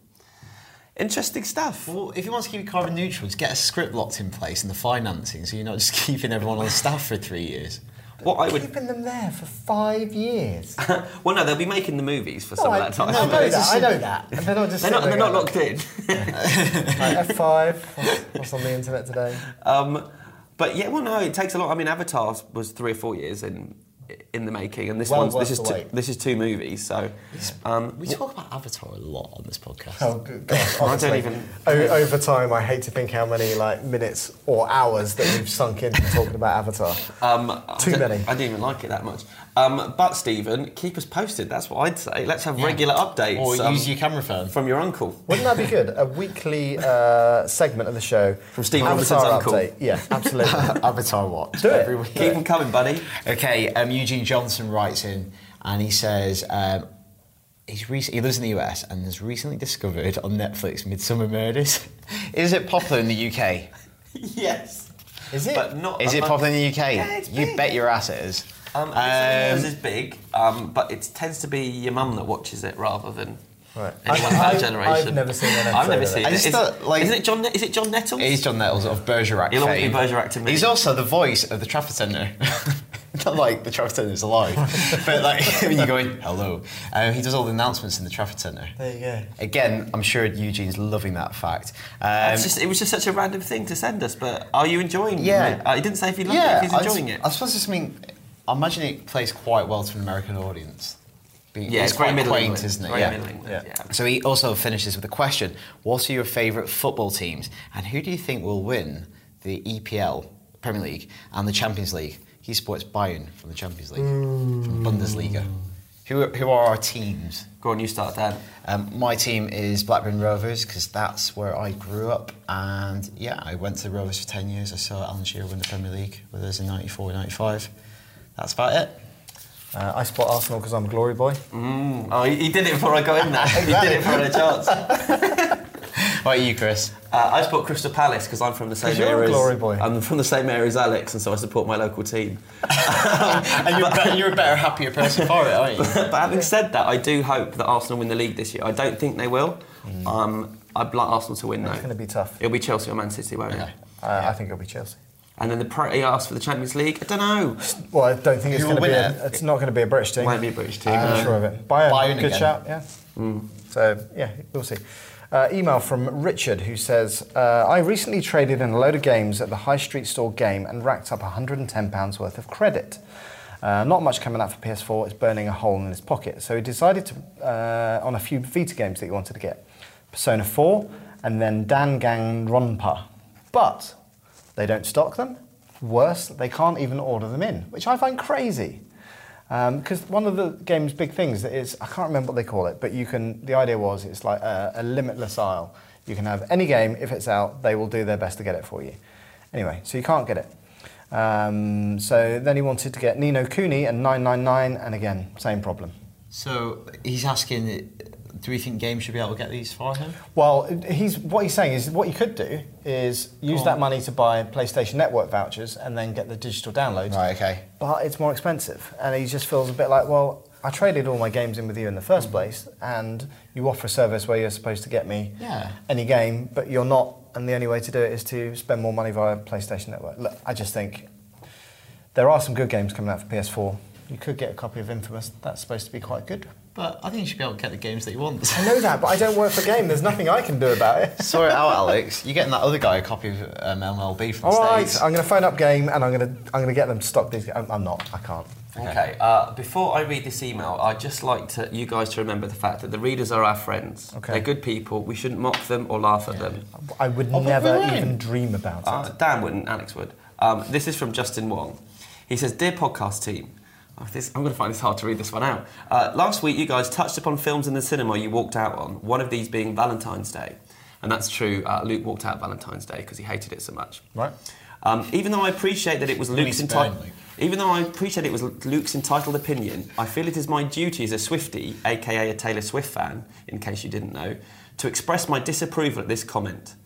[SPEAKER 2] Interesting stuff.
[SPEAKER 1] Well, if you want to keep it carbon neutral, just get a script locked in place and the financing, so you're not just <laughs> keeping everyone on staff for three years.
[SPEAKER 2] What I would,
[SPEAKER 3] keeping them there for five
[SPEAKER 2] <laughs>
[SPEAKER 3] years.
[SPEAKER 2] well, no, they'll be making the movies for some
[SPEAKER 3] I,
[SPEAKER 2] of that time.
[SPEAKER 3] no, I know
[SPEAKER 1] it's
[SPEAKER 3] that.
[SPEAKER 1] just-
[SPEAKER 3] I know that. They're not just
[SPEAKER 2] They're not, they're
[SPEAKER 3] sitting
[SPEAKER 2] not
[SPEAKER 3] there
[SPEAKER 2] locked in.
[SPEAKER 3] going, like, F5. What's, what's on the internet today?
[SPEAKER 2] Um, but yeah, well, no, it takes a lot. I mean, Avatar was three or four years in in the making, and this
[SPEAKER 3] Well
[SPEAKER 2] one's
[SPEAKER 3] worth
[SPEAKER 2] this is
[SPEAKER 3] the
[SPEAKER 2] two,
[SPEAKER 3] wait.
[SPEAKER 2] this is two movies. So um,
[SPEAKER 1] We talk about Avatar a lot on this podcast.
[SPEAKER 3] Oh, good God.
[SPEAKER 2] I don't
[SPEAKER 3] honestly.
[SPEAKER 2] even.
[SPEAKER 3] O- over time, I hate to think how many like minutes or hours that we've sunk into talking about Avatar.
[SPEAKER 2] Um, I
[SPEAKER 3] Too
[SPEAKER 2] don't-
[SPEAKER 3] many.
[SPEAKER 2] I didn't even like it that much. Um, but Stephen, keep us posted. That's what I'd say. Let's have regular updates.
[SPEAKER 1] Or
[SPEAKER 2] um,
[SPEAKER 1] use your camera
[SPEAKER 2] <laughs>
[SPEAKER 1] phone.
[SPEAKER 2] from your
[SPEAKER 3] <laughs>
[SPEAKER 2] uncle.
[SPEAKER 3] Wouldn't that be good? A weekly uh, segment of the show
[SPEAKER 2] From Steve
[SPEAKER 3] Avatar
[SPEAKER 2] Robinson's uncle.
[SPEAKER 3] update. Yeah,
[SPEAKER 2] <laughs>
[SPEAKER 3] absolutely.
[SPEAKER 1] Avatar watch
[SPEAKER 3] Do it.
[SPEAKER 1] every week.
[SPEAKER 2] Keep them
[SPEAKER 1] <laughs>
[SPEAKER 2] coming, buddy.
[SPEAKER 1] Okay, um, Eugene Johnson writes in and he says um, he's rec- he lives in the US and has recently discovered on Netflix Midsummer Murders. <laughs> Is it popular in the UK?
[SPEAKER 2] yes.
[SPEAKER 3] Is it?
[SPEAKER 2] But not.
[SPEAKER 1] Is it
[SPEAKER 2] among-
[SPEAKER 1] popular in the UK?
[SPEAKER 2] Yeah, it's
[SPEAKER 1] you
[SPEAKER 2] big.
[SPEAKER 1] bet your ass it is.
[SPEAKER 2] Um,
[SPEAKER 1] Um,
[SPEAKER 2] it's is big, um, but it tends to be your mum that watches it rather than
[SPEAKER 3] Right.
[SPEAKER 2] anyone of
[SPEAKER 3] I-
[SPEAKER 2] our
[SPEAKER 3] I've-
[SPEAKER 2] generation.
[SPEAKER 3] I've never seen an
[SPEAKER 2] I've
[SPEAKER 3] episode
[SPEAKER 2] never
[SPEAKER 3] of
[SPEAKER 2] seen
[SPEAKER 1] it.
[SPEAKER 2] it.
[SPEAKER 1] I just
[SPEAKER 2] Is-
[SPEAKER 1] thought, like-
[SPEAKER 2] isn't it John? Ne- Is it John Nettles?
[SPEAKER 1] He's John Nettles of Bergerac.
[SPEAKER 2] He'll always be
[SPEAKER 1] fame.
[SPEAKER 2] Bergerac to me.
[SPEAKER 1] He's also the voice of the Trafford Centre. <laughs> Not like the Trafford Centre is alive, <laughs> but like <laughs> when you're going, hello. Um, he does all the announcements in the Trafford Centre.
[SPEAKER 3] There you go.
[SPEAKER 1] Again, I'm sure Eugene's loving that fact. Um,
[SPEAKER 2] It's just- it was just such a random thing to send us, but are you enjoying
[SPEAKER 1] Yeah.
[SPEAKER 2] it? Uh, he didn't say if he loved it, if
[SPEAKER 1] I
[SPEAKER 2] he's
[SPEAKER 1] s-
[SPEAKER 2] enjoying it.
[SPEAKER 1] I suppose it's something. I imagine it plays quite well to an American audience. Being-
[SPEAKER 2] yeah, it's, very
[SPEAKER 1] quite
[SPEAKER 2] middle
[SPEAKER 1] quaint,
[SPEAKER 2] England.
[SPEAKER 1] isn't it?
[SPEAKER 2] Very
[SPEAKER 1] yeah.
[SPEAKER 2] middle England, yeah.
[SPEAKER 1] So he also finishes with a question: What are your favourite football teams, and who do you think will win the EPL, Premier League, and the Champions League? He supports Bayern from the Champions League, from Bundesliga. Who are, who are our teams?
[SPEAKER 2] Go on, you start, Dan.
[SPEAKER 1] Um, my team is Blackburn Rovers because that's where I grew up, and yeah, I went to Rovers for ten years. I saw Alan Shearer win the Premier League with us in '94, '95. That's about it.
[SPEAKER 3] Uh, I support Arsenal because I'm a glory boy.
[SPEAKER 2] Oh, he, he did it before I got in
[SPEAKER 1] <laughs>
[SPEAKER 2] there. He did it before I had a chance. Uh,
[SPEAKER 1] What about you, Chris?
[SPEAKER 2] I support Crystal Palace because I'm from the same
[SPEAKER 3] 'Cause you're a
[SPEAKER 2] area.
[SPEAKER 3] glory
[SPEAKER 2] as,
[SPEAKER 3] boy.
[SPEAKER 2] I'm from the same area as Alex, and so I support my local team. <laughs>
[SPEAKER 1] And you're, bet- you're a better, happier person for it, aren't you? <laughs>
[SPEAKER 2] but having said that, I do hope that Arsenal win the league this year. I don't think they will.
[SPEAKER 1] Mm.
[SPEAKER 2] Um, I'd like Arsenal to win though.
[SPEAKER 3] It's going to be tough.
[SPEAKER 2] It'll be Chelsea or Man City, won't it?
[SPEAKER 3] Uh, I think it'll be Chelsea.
[SPEAKER 2] And then the pro- he asked for the Champions League. I don't know.
[SPEAKER 3] Well, I don't think it's
[SPEAKER 1] Who will
[SPEAKER 3] going to be.
[SPEAKER 1] win
[SPEAKER 3] A,
[SPEAKER 1] it?
[SPEAKER 3] it's not going to be a British team.
[SPEAKER 2] Won't be a British team,
[SPEAKER 3] I'm
[SPEAKER 2] no.
[SPEAKER 3] sure of it. Mm. Bayern,
[SPEAKER 1] Bayern
[SPEAKER 3] good
[SPEAKER 1] again.
[SPEAKER 3] shout. Yeah. So yeah, we'll see. Uh, email from Richard who says, uh, I recently traded in a load of games at the high street store game and racked up £110 worth of credit. Uh, not much coming out for PS4, it's burning a hole in his pocket. So he decided to, uh, on a few Vita games that he wanted to get Persona 4 and then Danganronpa. But they don't stock them. Worse, they can't even order them in, which I find crazy because Um, one of the game's big things is I can't remember what they call it, but you can. The idea was it's like a, a limitless aisle. You can have any game if it's out. They will do their best to get it for you. Anyway, so you can't get it. Um, so then he wanted to get Nino Cooney and 999, and again, same problem.
[SPEAKER 1] So he's asking, do we think games should be able to get these for him?
[SPEAKER 3] Well, he's what he's saying is what you could do is use that money to buy PlayStation Network vouchers and then get the digital downloads.
[SPEAKER 1] Right, okay.
[SPEAKER 3] But it's more expensive, and he just feels a bit like, well, I traded all my games in with you in the first place, and you offer a service where you're supposed to get me
[SPEAKER 1] Yeah.
[SPEAKER 3] any game, but you're not, and the only way to do it is to spend more money via PlayStation Network. Look, I just think there are some good games coming out for PS4. You could get a copy of Infamous. That's supposed to be quite good.
[SPEAKER 1] But I think you should be able to get the games that he wants. <laughs>
[SPEAKER 3] I know that, but I don't work for game. There's nothing I can do about it.
[SPEAKER 1] Sort it out, Alex. You're getting that other guy a copy of um, MLB from the
[SPEAKER 3] All right,
[SPEAKER 1] States.
[SPEAKER 3] I'm going to phone up Game and I'm going to I'm going to get them to stock these. I'm, I'm not. I can't.
[SPEAKER 2] Okay. uh, before I read this email, I'd just like to, you guys to remember the fact that the readers are our friends.
[SPEAKER 3] Okay.
[SPEAKER 2] They're good people. We shouldn't mock them or laugh at them.
[SPEAKER 3] I would
[SPEAKER 1] Oh, but
[SPEAKER 3] never
[SPEAKER 1] we won't.
[SPEAKER 3] even dream about it.
[SPEAKER 2] Uh, Dan wouldn't, Alex would. Um, this is from Justin Wong. He says, Dear podcast team, oh, this, I'm going to find this hard to read this one out. Uh, last week, you guys touched upon films in the cinema you walked out on, one of these being Valentine's Day. And that's true, uh, Luke walked out Valentine's Day because he hated it so much.
[SPEAKER 3] Right.
[SPEAKER 2] Um, even though I appreciate that it was Luke's
[SPEAKER 1] he's
[SPEAKER 2] entitled.
[SPEAKER 1] burning.
[SPEAKER 2] Even though I appreciate it was Luke's entitled opinion, I feel it is my duty as a Swifty, aka a Taylor Swift fan, in case you didn't know, to express my disapproval at this comment.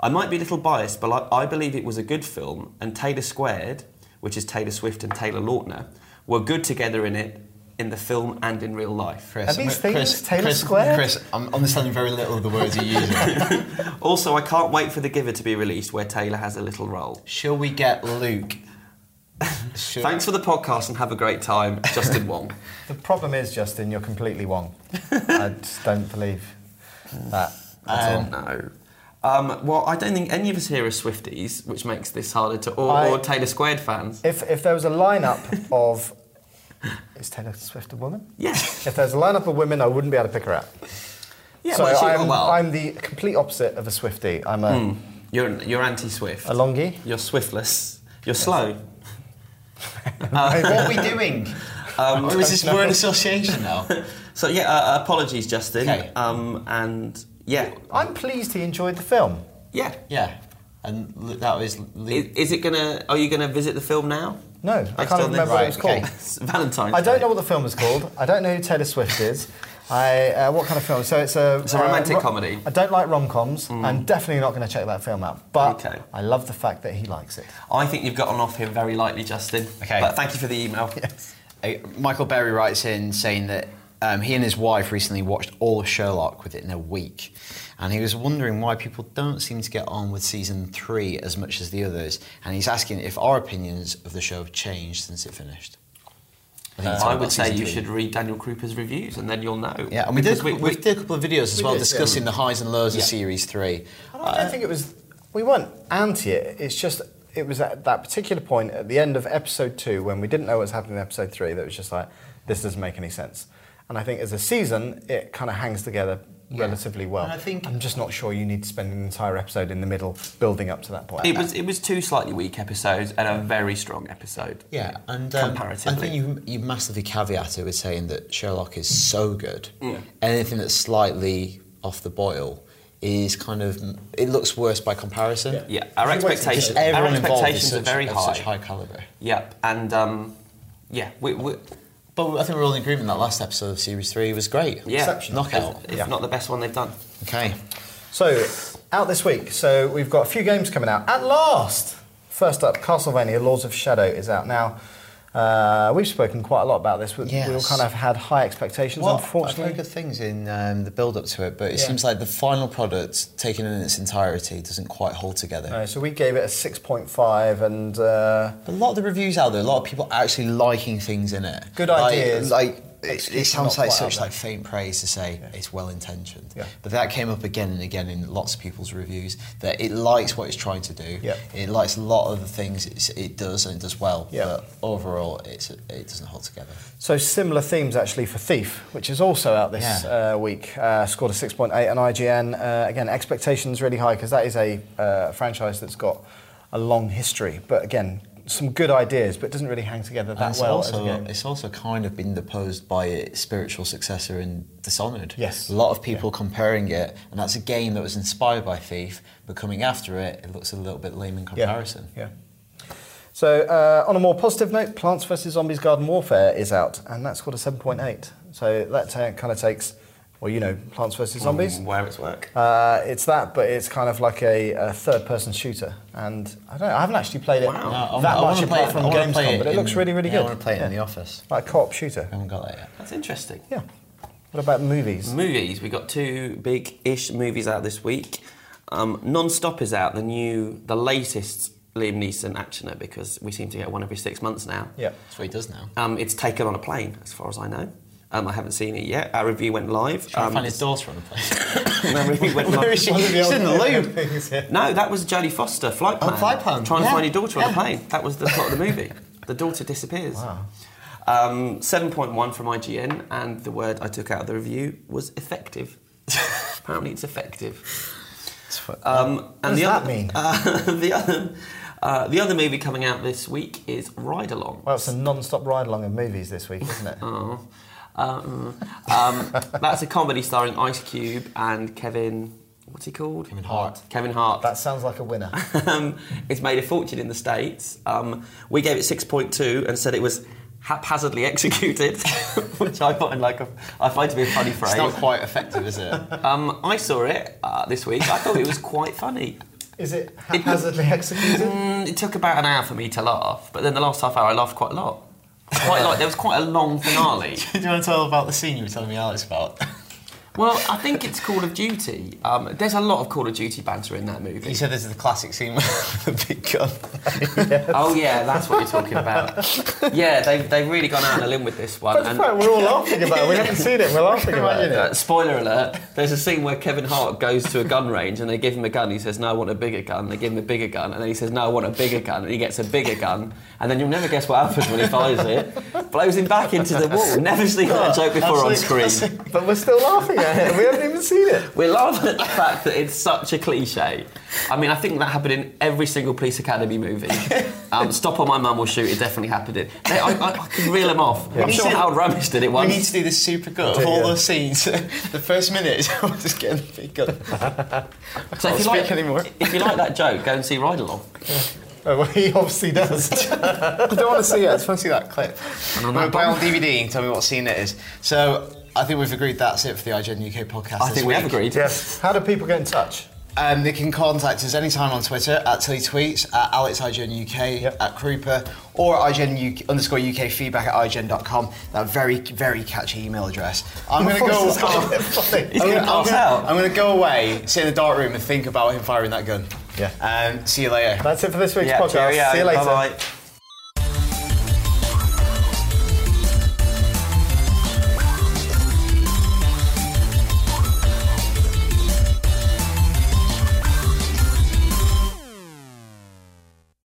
[SPEAKER 2] I might be a little biased, but I, I believe it was a good film, and Taylor Squared, which is Taylor Swift and Taylor Lautner, were good together in it, in the film and in real life.
[SPEAKER 1] Chris,
[SPEAKER 3] Are these
[SPEAKER 1] I'm-
[SPEAKER 3] things Taylor Squared?
[SPEAKER 1] Chris, I'm understanding very little of the words you're using.
[SPEAKER 2] Also, I can't wait for The Giver to be released, where Taylor has a little role.
[SPEAKER 1] Shall we get Luke? Shall-
[SPEAKER 2] Thanks for the podcast and have a great time, Justin Wong.
[SPEAKER 3] The problem is, Justin, you're completely
[SPEAKER 2] <laughs>
[SPEAKER 3] wrong. I just don't believe that. At all.
[SPEAKER 2] no. Um, well, I don't think any of us here are Swifties, which makes this harder to. Or,
[SPEAKER 3] I-
[SPEAKER 2] or Taylor Squared fans.
[SPEAKER 3] If, if there was a lineup of. Is Taylor Swift a woman? <laughs>
[SPEAKER 2] Yes.
[SPEAKER 3] If there's a lineup of women, I wouldn't be able to pick her out.
[SPEAKER 2] Yeah,
[SPEAKER 3] so
[SPEAKER 2] well, she-
[SPEAKER 3] I'm,
[SPEAKER 2] well, Hmm.
[SPEAKER 3] I'm the complete opposite of a Swifty. I'm a,
[SPEAKER 2] you're, you're anti Swift.
[SPEAKER 3] a
[SPEAKER 2] <laughs>
[SPEAKER 3] longie.
[SPEAKER 2] You're Swiftless. You're slow.
[SPEAKER 1] what are we doing?
[SPEAKER 3] <laughs>
[SPEAKER 1] or is this word association now?
[SPEAKER 2] Um, So, yeah, uh, apologies, Justin.
[SPEAKER 1] Okay.
[SPEAKER 2] Um, and, yeah.
[SPEAKER 3] I'm pleased he enjoyed the film.
[SPEAKER 2] Yeah.
[SPEAKER 1] Yeah, and Lu- that was
[SPEAKER 2] Is,
[SPEAKER 1] Luke.
[SPEAKER 2] is it gonna? Are you gonna visit the film now?
[SPEAKER 3] No, I
[SPEAKER 2] Based
[SPEAKER 3] can't
[SPEAKER 2] on
[SPEAKER 3] even remember what it was
[SPEAKER 2] this?
[SPEAKER 3] called.
[SPEAKER 2] Right, okay. <laughs> Valentine's.
[SPEAKER 3] I don't
[SPEAKER 2] Day.
[SPEAKER 3] know what the film is called. I don't know who Taylor Swift is. I, uh, what kind of film? So it's a, uh, Mm.
[SPEAKER 2] It's a romantic comedy.
[SPEAKER 3] I don't like rom coms. I'm definitely not going to check that film out. But
[SPEAKER 2] Okay.
[SPEAKER 3] I love the fact that he likes it.
[SPEAKER 2] I think you've gotten off him very lightly, Justin.
[SPEAKER 1] Okay.
[SPEAKER 2] But thank you for the email. Yes.
[SPEAKER 1] Uh, Michael Berry writes in saying that um, he and his wife recently watched all of Sherlock with it in a week, and he was wondering why people don't seem to get on with season three as much as the others, and he's asking if our opinions of the show have changed since it finished. I, think it's
[SPEAKER 2] Uh, I
[SPEAKER 1] about
[SPEAKER 2] would say
[SPEAKER 1] season
[SPEAKER 2] you
[SPEAKER 1] three.
[SPEAKER 2] should read Daniel Krupa's reviews, and then you'll know.
[SPEAKER 1] Yeah, and we
[SPEAKER 2] Because
[SPEAKER 1] did, we, did um, a couple of videos as well discussing the highs and lows of series three.
[SPEAKER 3] I don't think it was. We weren't anti it. It's just it was at that particular point at the end of episode two when we didn't know what was happening in episode three that was just like this doesn't make any sense. And I think as a season, it kind of hangs together relatively well.
[SPEAKER 1] And I think-
[SPEAKER 3] I'm just not sure you need to spend an entire episode in the middle building up to that point.
[SPEAKER 2] It was it was two slightly weak episodes and a very strong episode.
[SPEAKER 1] Yeah, and um,
[SPEAKER 2] Comparatively.
[SPEAKER 1] I think you you massively caveat it with saying that Sherlock is so good. Anything that's slightly off the boil is kind of it looks worse by comparison.
[SPEAKER 2] Yeah, our
[SPEAKER 1] Because
[SPEAKER 2] expectations our
[SPEAKER 1] everyone involved is
[SPEAKER 2] expectations
[SPEAKER 1] such,
[SPEAKER 2] are very
[SPEAKER 1] of
[SPEAKER 2] high.
[SPEAKER 1] such high caliber.
[SPEAKER 2] Yep, and um, yeah, we, we,
[SPEAKER 1] But I think we're all in agreement that last episode of series three was great.
[SPEAKER 2] yeah,
[SPEAKER 1] knockout.
[SPEAKER 2] If, if not the best one they've done.
[SPEAKER 1] Okay,
[SPEAKER 3] So, out this week. So, we've got a few games coming out. At last! First up, Castlevania Lords of Shadow is out now. Uh, we've spoken quite a lot about this. We, we all
[SPEAKER 1] Yes.
[SPEAKER 3] kind of had high expectations,
[SPEAKER 1] well, I've heard
[SPEAKER 3] unfortunately.
[SPEAKER 1] good things in um, the build up to it, but it
[SPEAKER 3] Yeah.
[SPEAKER 1] seems like the final product, taken in its entirety, doesn't quite hold together.
[SPEAKER 3] Uh, so, we gave it a 6.5, and uh,
[SPEAKER 1] A lot of the reviews out there, a lot of people actually liking things in it.
[SPEAKER 3] Good
[SPEAKER 1] Like-
[SPEAKER 3] ideas.
[SPEAKER 1] Like it, it
[SPEAKER 3] Execution
[SPEAKER 1] sounds
[SPEAKER 3] not
[SPEAKER 1] like
[SPEAKER 3] quite out
[SPEAKER 1] such
[SPEAKER 3] there.
[SPEAKER 1] like faint praise to say it's well intentioned.
[SPEAKER 3] Yeah.
[SPEAKER 1] But that came up again and again in lots of people's reviews that it likes what it's trying to do.
[SPEAKER 3] Yeah.
[SPEAKER 1] It likes a lot of the things it's, it does and it does well.
[SPEAKER 3] Yeah.
[SPEAKER 1] But overall, it's it doesn't hold together.
[SPEAKER 3] so similar themes actually for Thief, which is also out this
[SPEAKER 1] Yeah.
[SPEAKER 3] uh, week. Uh, scored a 6.8 on IGN. Uh, again, expectations really high because that is a uh, franchise that's got a long history. But again, some good ideas, but doesn't really hang together
[SPEAKER 1] And
[SPEAKER 3] that
[SPEAKER 1] it's
[SPEAKER 3] well as a
[SPEAKER 1] also
[SPEAKER 3] game.
[SPEAKER 1] it's also kind of been deposed by its spiritual successor in Dishonored.
[SPEAKER 3] Yes.
[SPEAKER 1] a lot of people comparing it, and that's a game that was inspired by Thief, but coming after it, it looks a little bit lame in comparison.
[SPEAKER 3] Yeah. yeah. So, uh, on a more positive note, Plants vs. Zombies Garden Warfare is out, and that's got a 7.8. So, that kind of takes, well, you know, Plants vs. Zombies.
[SPEAKER 2] Mm, where it's work.
[SPEAKER 3] Uh, it's that, but it's kind of like a, a third-person shooter, and I don't know. I haven't actually played it
[SPEAKER 2] Wow. No,
[SPEAKER 1] I wanna-
[SPEAKER 3] that
[SPEAKER 1] I
[SPEAKER 3] much
[SPEAKER 1] wanna play
[SPEAKER 3] apart
[SPEAKER 1] it-
[SPEAKER 3] from
[SPEAKER 1] I wanna
[SPEAKER 3] Gamescom,
[SPEAKER 1] play
[SPEAKER 3] but it
[SPEAKER 1] in-
[SPEAKER 3] looks really, really
[SPEAKER 1] yeah,
[SPEAKER 3] good.
[SPEAKER 1] I want to play it
[SPEAKER 3] Yeah.
[SPEAKER 1] in the office.
[SPEAKER 3] like a co-op
[SPEAKER 1] I
[SPEAKER 3] shooter.
[SPEAKER 1] haven't got that yet.
[SPEAKER 2] That's interesting.
[SPEAKER 3] Yeah. What about
[SPEAKER 1] Hmm.
[SPEAKER 3] movies?
[SPEAKER 2] Movies. We got two big-ish movies out this week. Um, Non-Stop is out. The new, the latest Liam Neeson actioner because we seem to get one every six months now.
[SPEAKER 3] Yeah.
[SPEAKER 1] That's what he does now.
[SPEAKER 2] Um, it's taken on a plane, as far as I know. Um, I haven't seen it yet. Our review went live.
[SPEAKER 1] Trying
[SPEAKER 2] Um,
[SPEAKER 1] to find his daughter on the plane.
[SPEAKER 2] <laughs> our review went live.
[SPEAKER 1] She's in the loo.
[SPEAKER 2] No, that was Jodie Foster, Flight
[SPEAKER 1] Oh,
[SPEAKER 2] Plan.
[SPEAKER 1] Flight Plan,
[SPEAKER 2] Trying
[SPEAKER 1] yeah,
[SPEAKER 2] to find your daughter on a
[SPEAKER 1] yeah.
[SPEAKER 2] plane. That was the plot of the movie. The daughter disappears. Wow. Um, 7.1 from IGN, and the word I took out of the review was effective. Apparently, it's
[SPEAKER 1] <laughs>
[SPEAKER 2] effective. Um,
[SPEAKER 6] does
[SPEAKER 2] the
[SPEAKER 6] that
[SPEAKER 2] other,
[SPEAKER 6] mean?
[SPEAKER 2] Uh, <laughs> the other, uh, the other movie coming out this week is Ride Along.
[SPEAKER 6] Well, it's a non-stop ride along of movies this week, isn't it?
[SPEAKER 1] Hmm.
[SPEAKER 2] Oh. Um, um, that's a comedy starring Ice Cube and Kevin. What's he called? Kevin
[SPEAKER 1] Hart.
[SPEAKER 2] Kevin Hart.
[SPEAKER 6] That sounds like a
[SPEAKER 1] <laughs>
[SPEAKER 6] winner.
[SPEAKER 2] um, it's made a fortune in the states. Um, we gave it 6.2 and said it was haphazardly <laughs> executed, which I find like a, I find to be a funny phrase.
[SPEAKER 1] It's not quite effective, is <laughs> it?
[SPEAKER 2] um, I saw it uh, this week. I thought it was quite funny.
[SPEAKER 6] Is it haphazardly executed?
[SPEAKER 2] It took about an hour for me to laugh, but then the last half hour I laughed quite a lot. Quite a lot. There was quite a long finale.
[SPEAKER 1] Do you want to tell about the scene you were telling me Alex about?
[SPEAKER 2] Well, I think it's Call of Duty. Um, there's a lot of Call of Duty banter in that movie.
[SPEAKER 1] You said this is the classic scene with the big gun.
[SPEAKER 2] Oh yeah, that's what you're talking about. yeah, they've, they've really gone out on a limb with this one. and-
[SPEAKER 6] Right, we're all laughing about it. We haven't seen it. We're laughing about it.
[SPEAKER 2] Uh, spoiler alert, there's a scene where Kevin Hart goes to a gun range and they give him a gun. He says, No, I want a bigger gun. They give him a bigger gun. And then he says, No, I want a bigger gun. And he gets a bigger gun. And then you'll never guess what happens when he fires it. Blows him back into the wall. Never seen that joke before on screen.
[SPEAKER 6] But we're still laughing at it. We haven't even seen it.
[SPEAKER 2] We laugh at <laughs> the fact that it's such a cliche. I mean, I think that happened in every single Police Academy movie. Um, Stop or My Mum Will Shoot, it definitely happened in. They, I, I, I can reel them off. I'm
[SPEAKER 1] We
[SPEAKER 2] sure
[SPEAKER 1] need to-
[SPEAKER 2] Harold Ramis did it
[SPEAKER 1] We
[SPEAKER 2] once.
[SPEAKER 1] need to do this super cut of
[SPEAKER 6] Do,
[SPEAKER 1] all
[SPEAKER 6] yeah.
[SPEAKER 1] those scenes. <laughs> the first minute is <laughs> just getting the big gun.
[SPEAKER 2] so if you,
[SPEAKER 1] speak
[SPEAKER 2] like, <laughs>
[SPEAKER 1] anymore.
[SPEAKER 2] if you like that joke, go and see Ride Along.
[SPEAKER 6] Oh, well, he obviously does. I don't want to see
[SPEAKER 1] I
[SPEAKER 6] it.
[SPEAKER 1] just want to see that clip.
[SPEAKER 2] And on
[SPEAKER 1] Well,
[SPEAKER 2] that
[SPEAKER 1] buy
[SPEAKER 2] bomb-
[SPEAKER 1] on DVD and tell me what scene it is. So I think we've agreed that's it for the IGN UK podcast.
[SPEAKER 2] I
[SPEAKER 1] this
[SPEAKER 2] think we
[SPEAKER 1] week.
[SPEAKER 2] have
[SPEAKER 6] <laughs>
[SPEAKER 2] agreed.
[SPEAKER 6] Yes. How do people get in touch?
[SPEAKER 1] Um, they can contact us anytime on Twitter at Tilly Tweets, at AlexIGNUK,
[SPEAKER 6] Yep.
[SPEAKER 1] at Krupa, or at IGN underscore UK feedback at IGN.com. That very, very catchy email address. I'm going to go.
[SPEAKER 6] It's kind of <laughs> funny.
[SPEAKER 2] He's
[SPEAKER 1] I'm gonna-
[SPEAKER 2] going to
[SPEAKER 1] I'm
[SPEAKER 2] pass
[SPEAKER 1] gonna-
[SPEAKER 2] out.
[SPEAKER 1] I'm going to go away, sit in a dark room, and think about him firing that gun.
[SPEAKER 6] Yeah.
[SPEAKER 1] Um, see you later.
[SPEAKER 6] That's it for this week's
[SPEAKER 2] Yeah,
[SPEAKER 6] podcast.
[SPEAKER 2] cheerio.
[SPEAKER 6] See you later.
[SPEAKER 2] Bye-bye.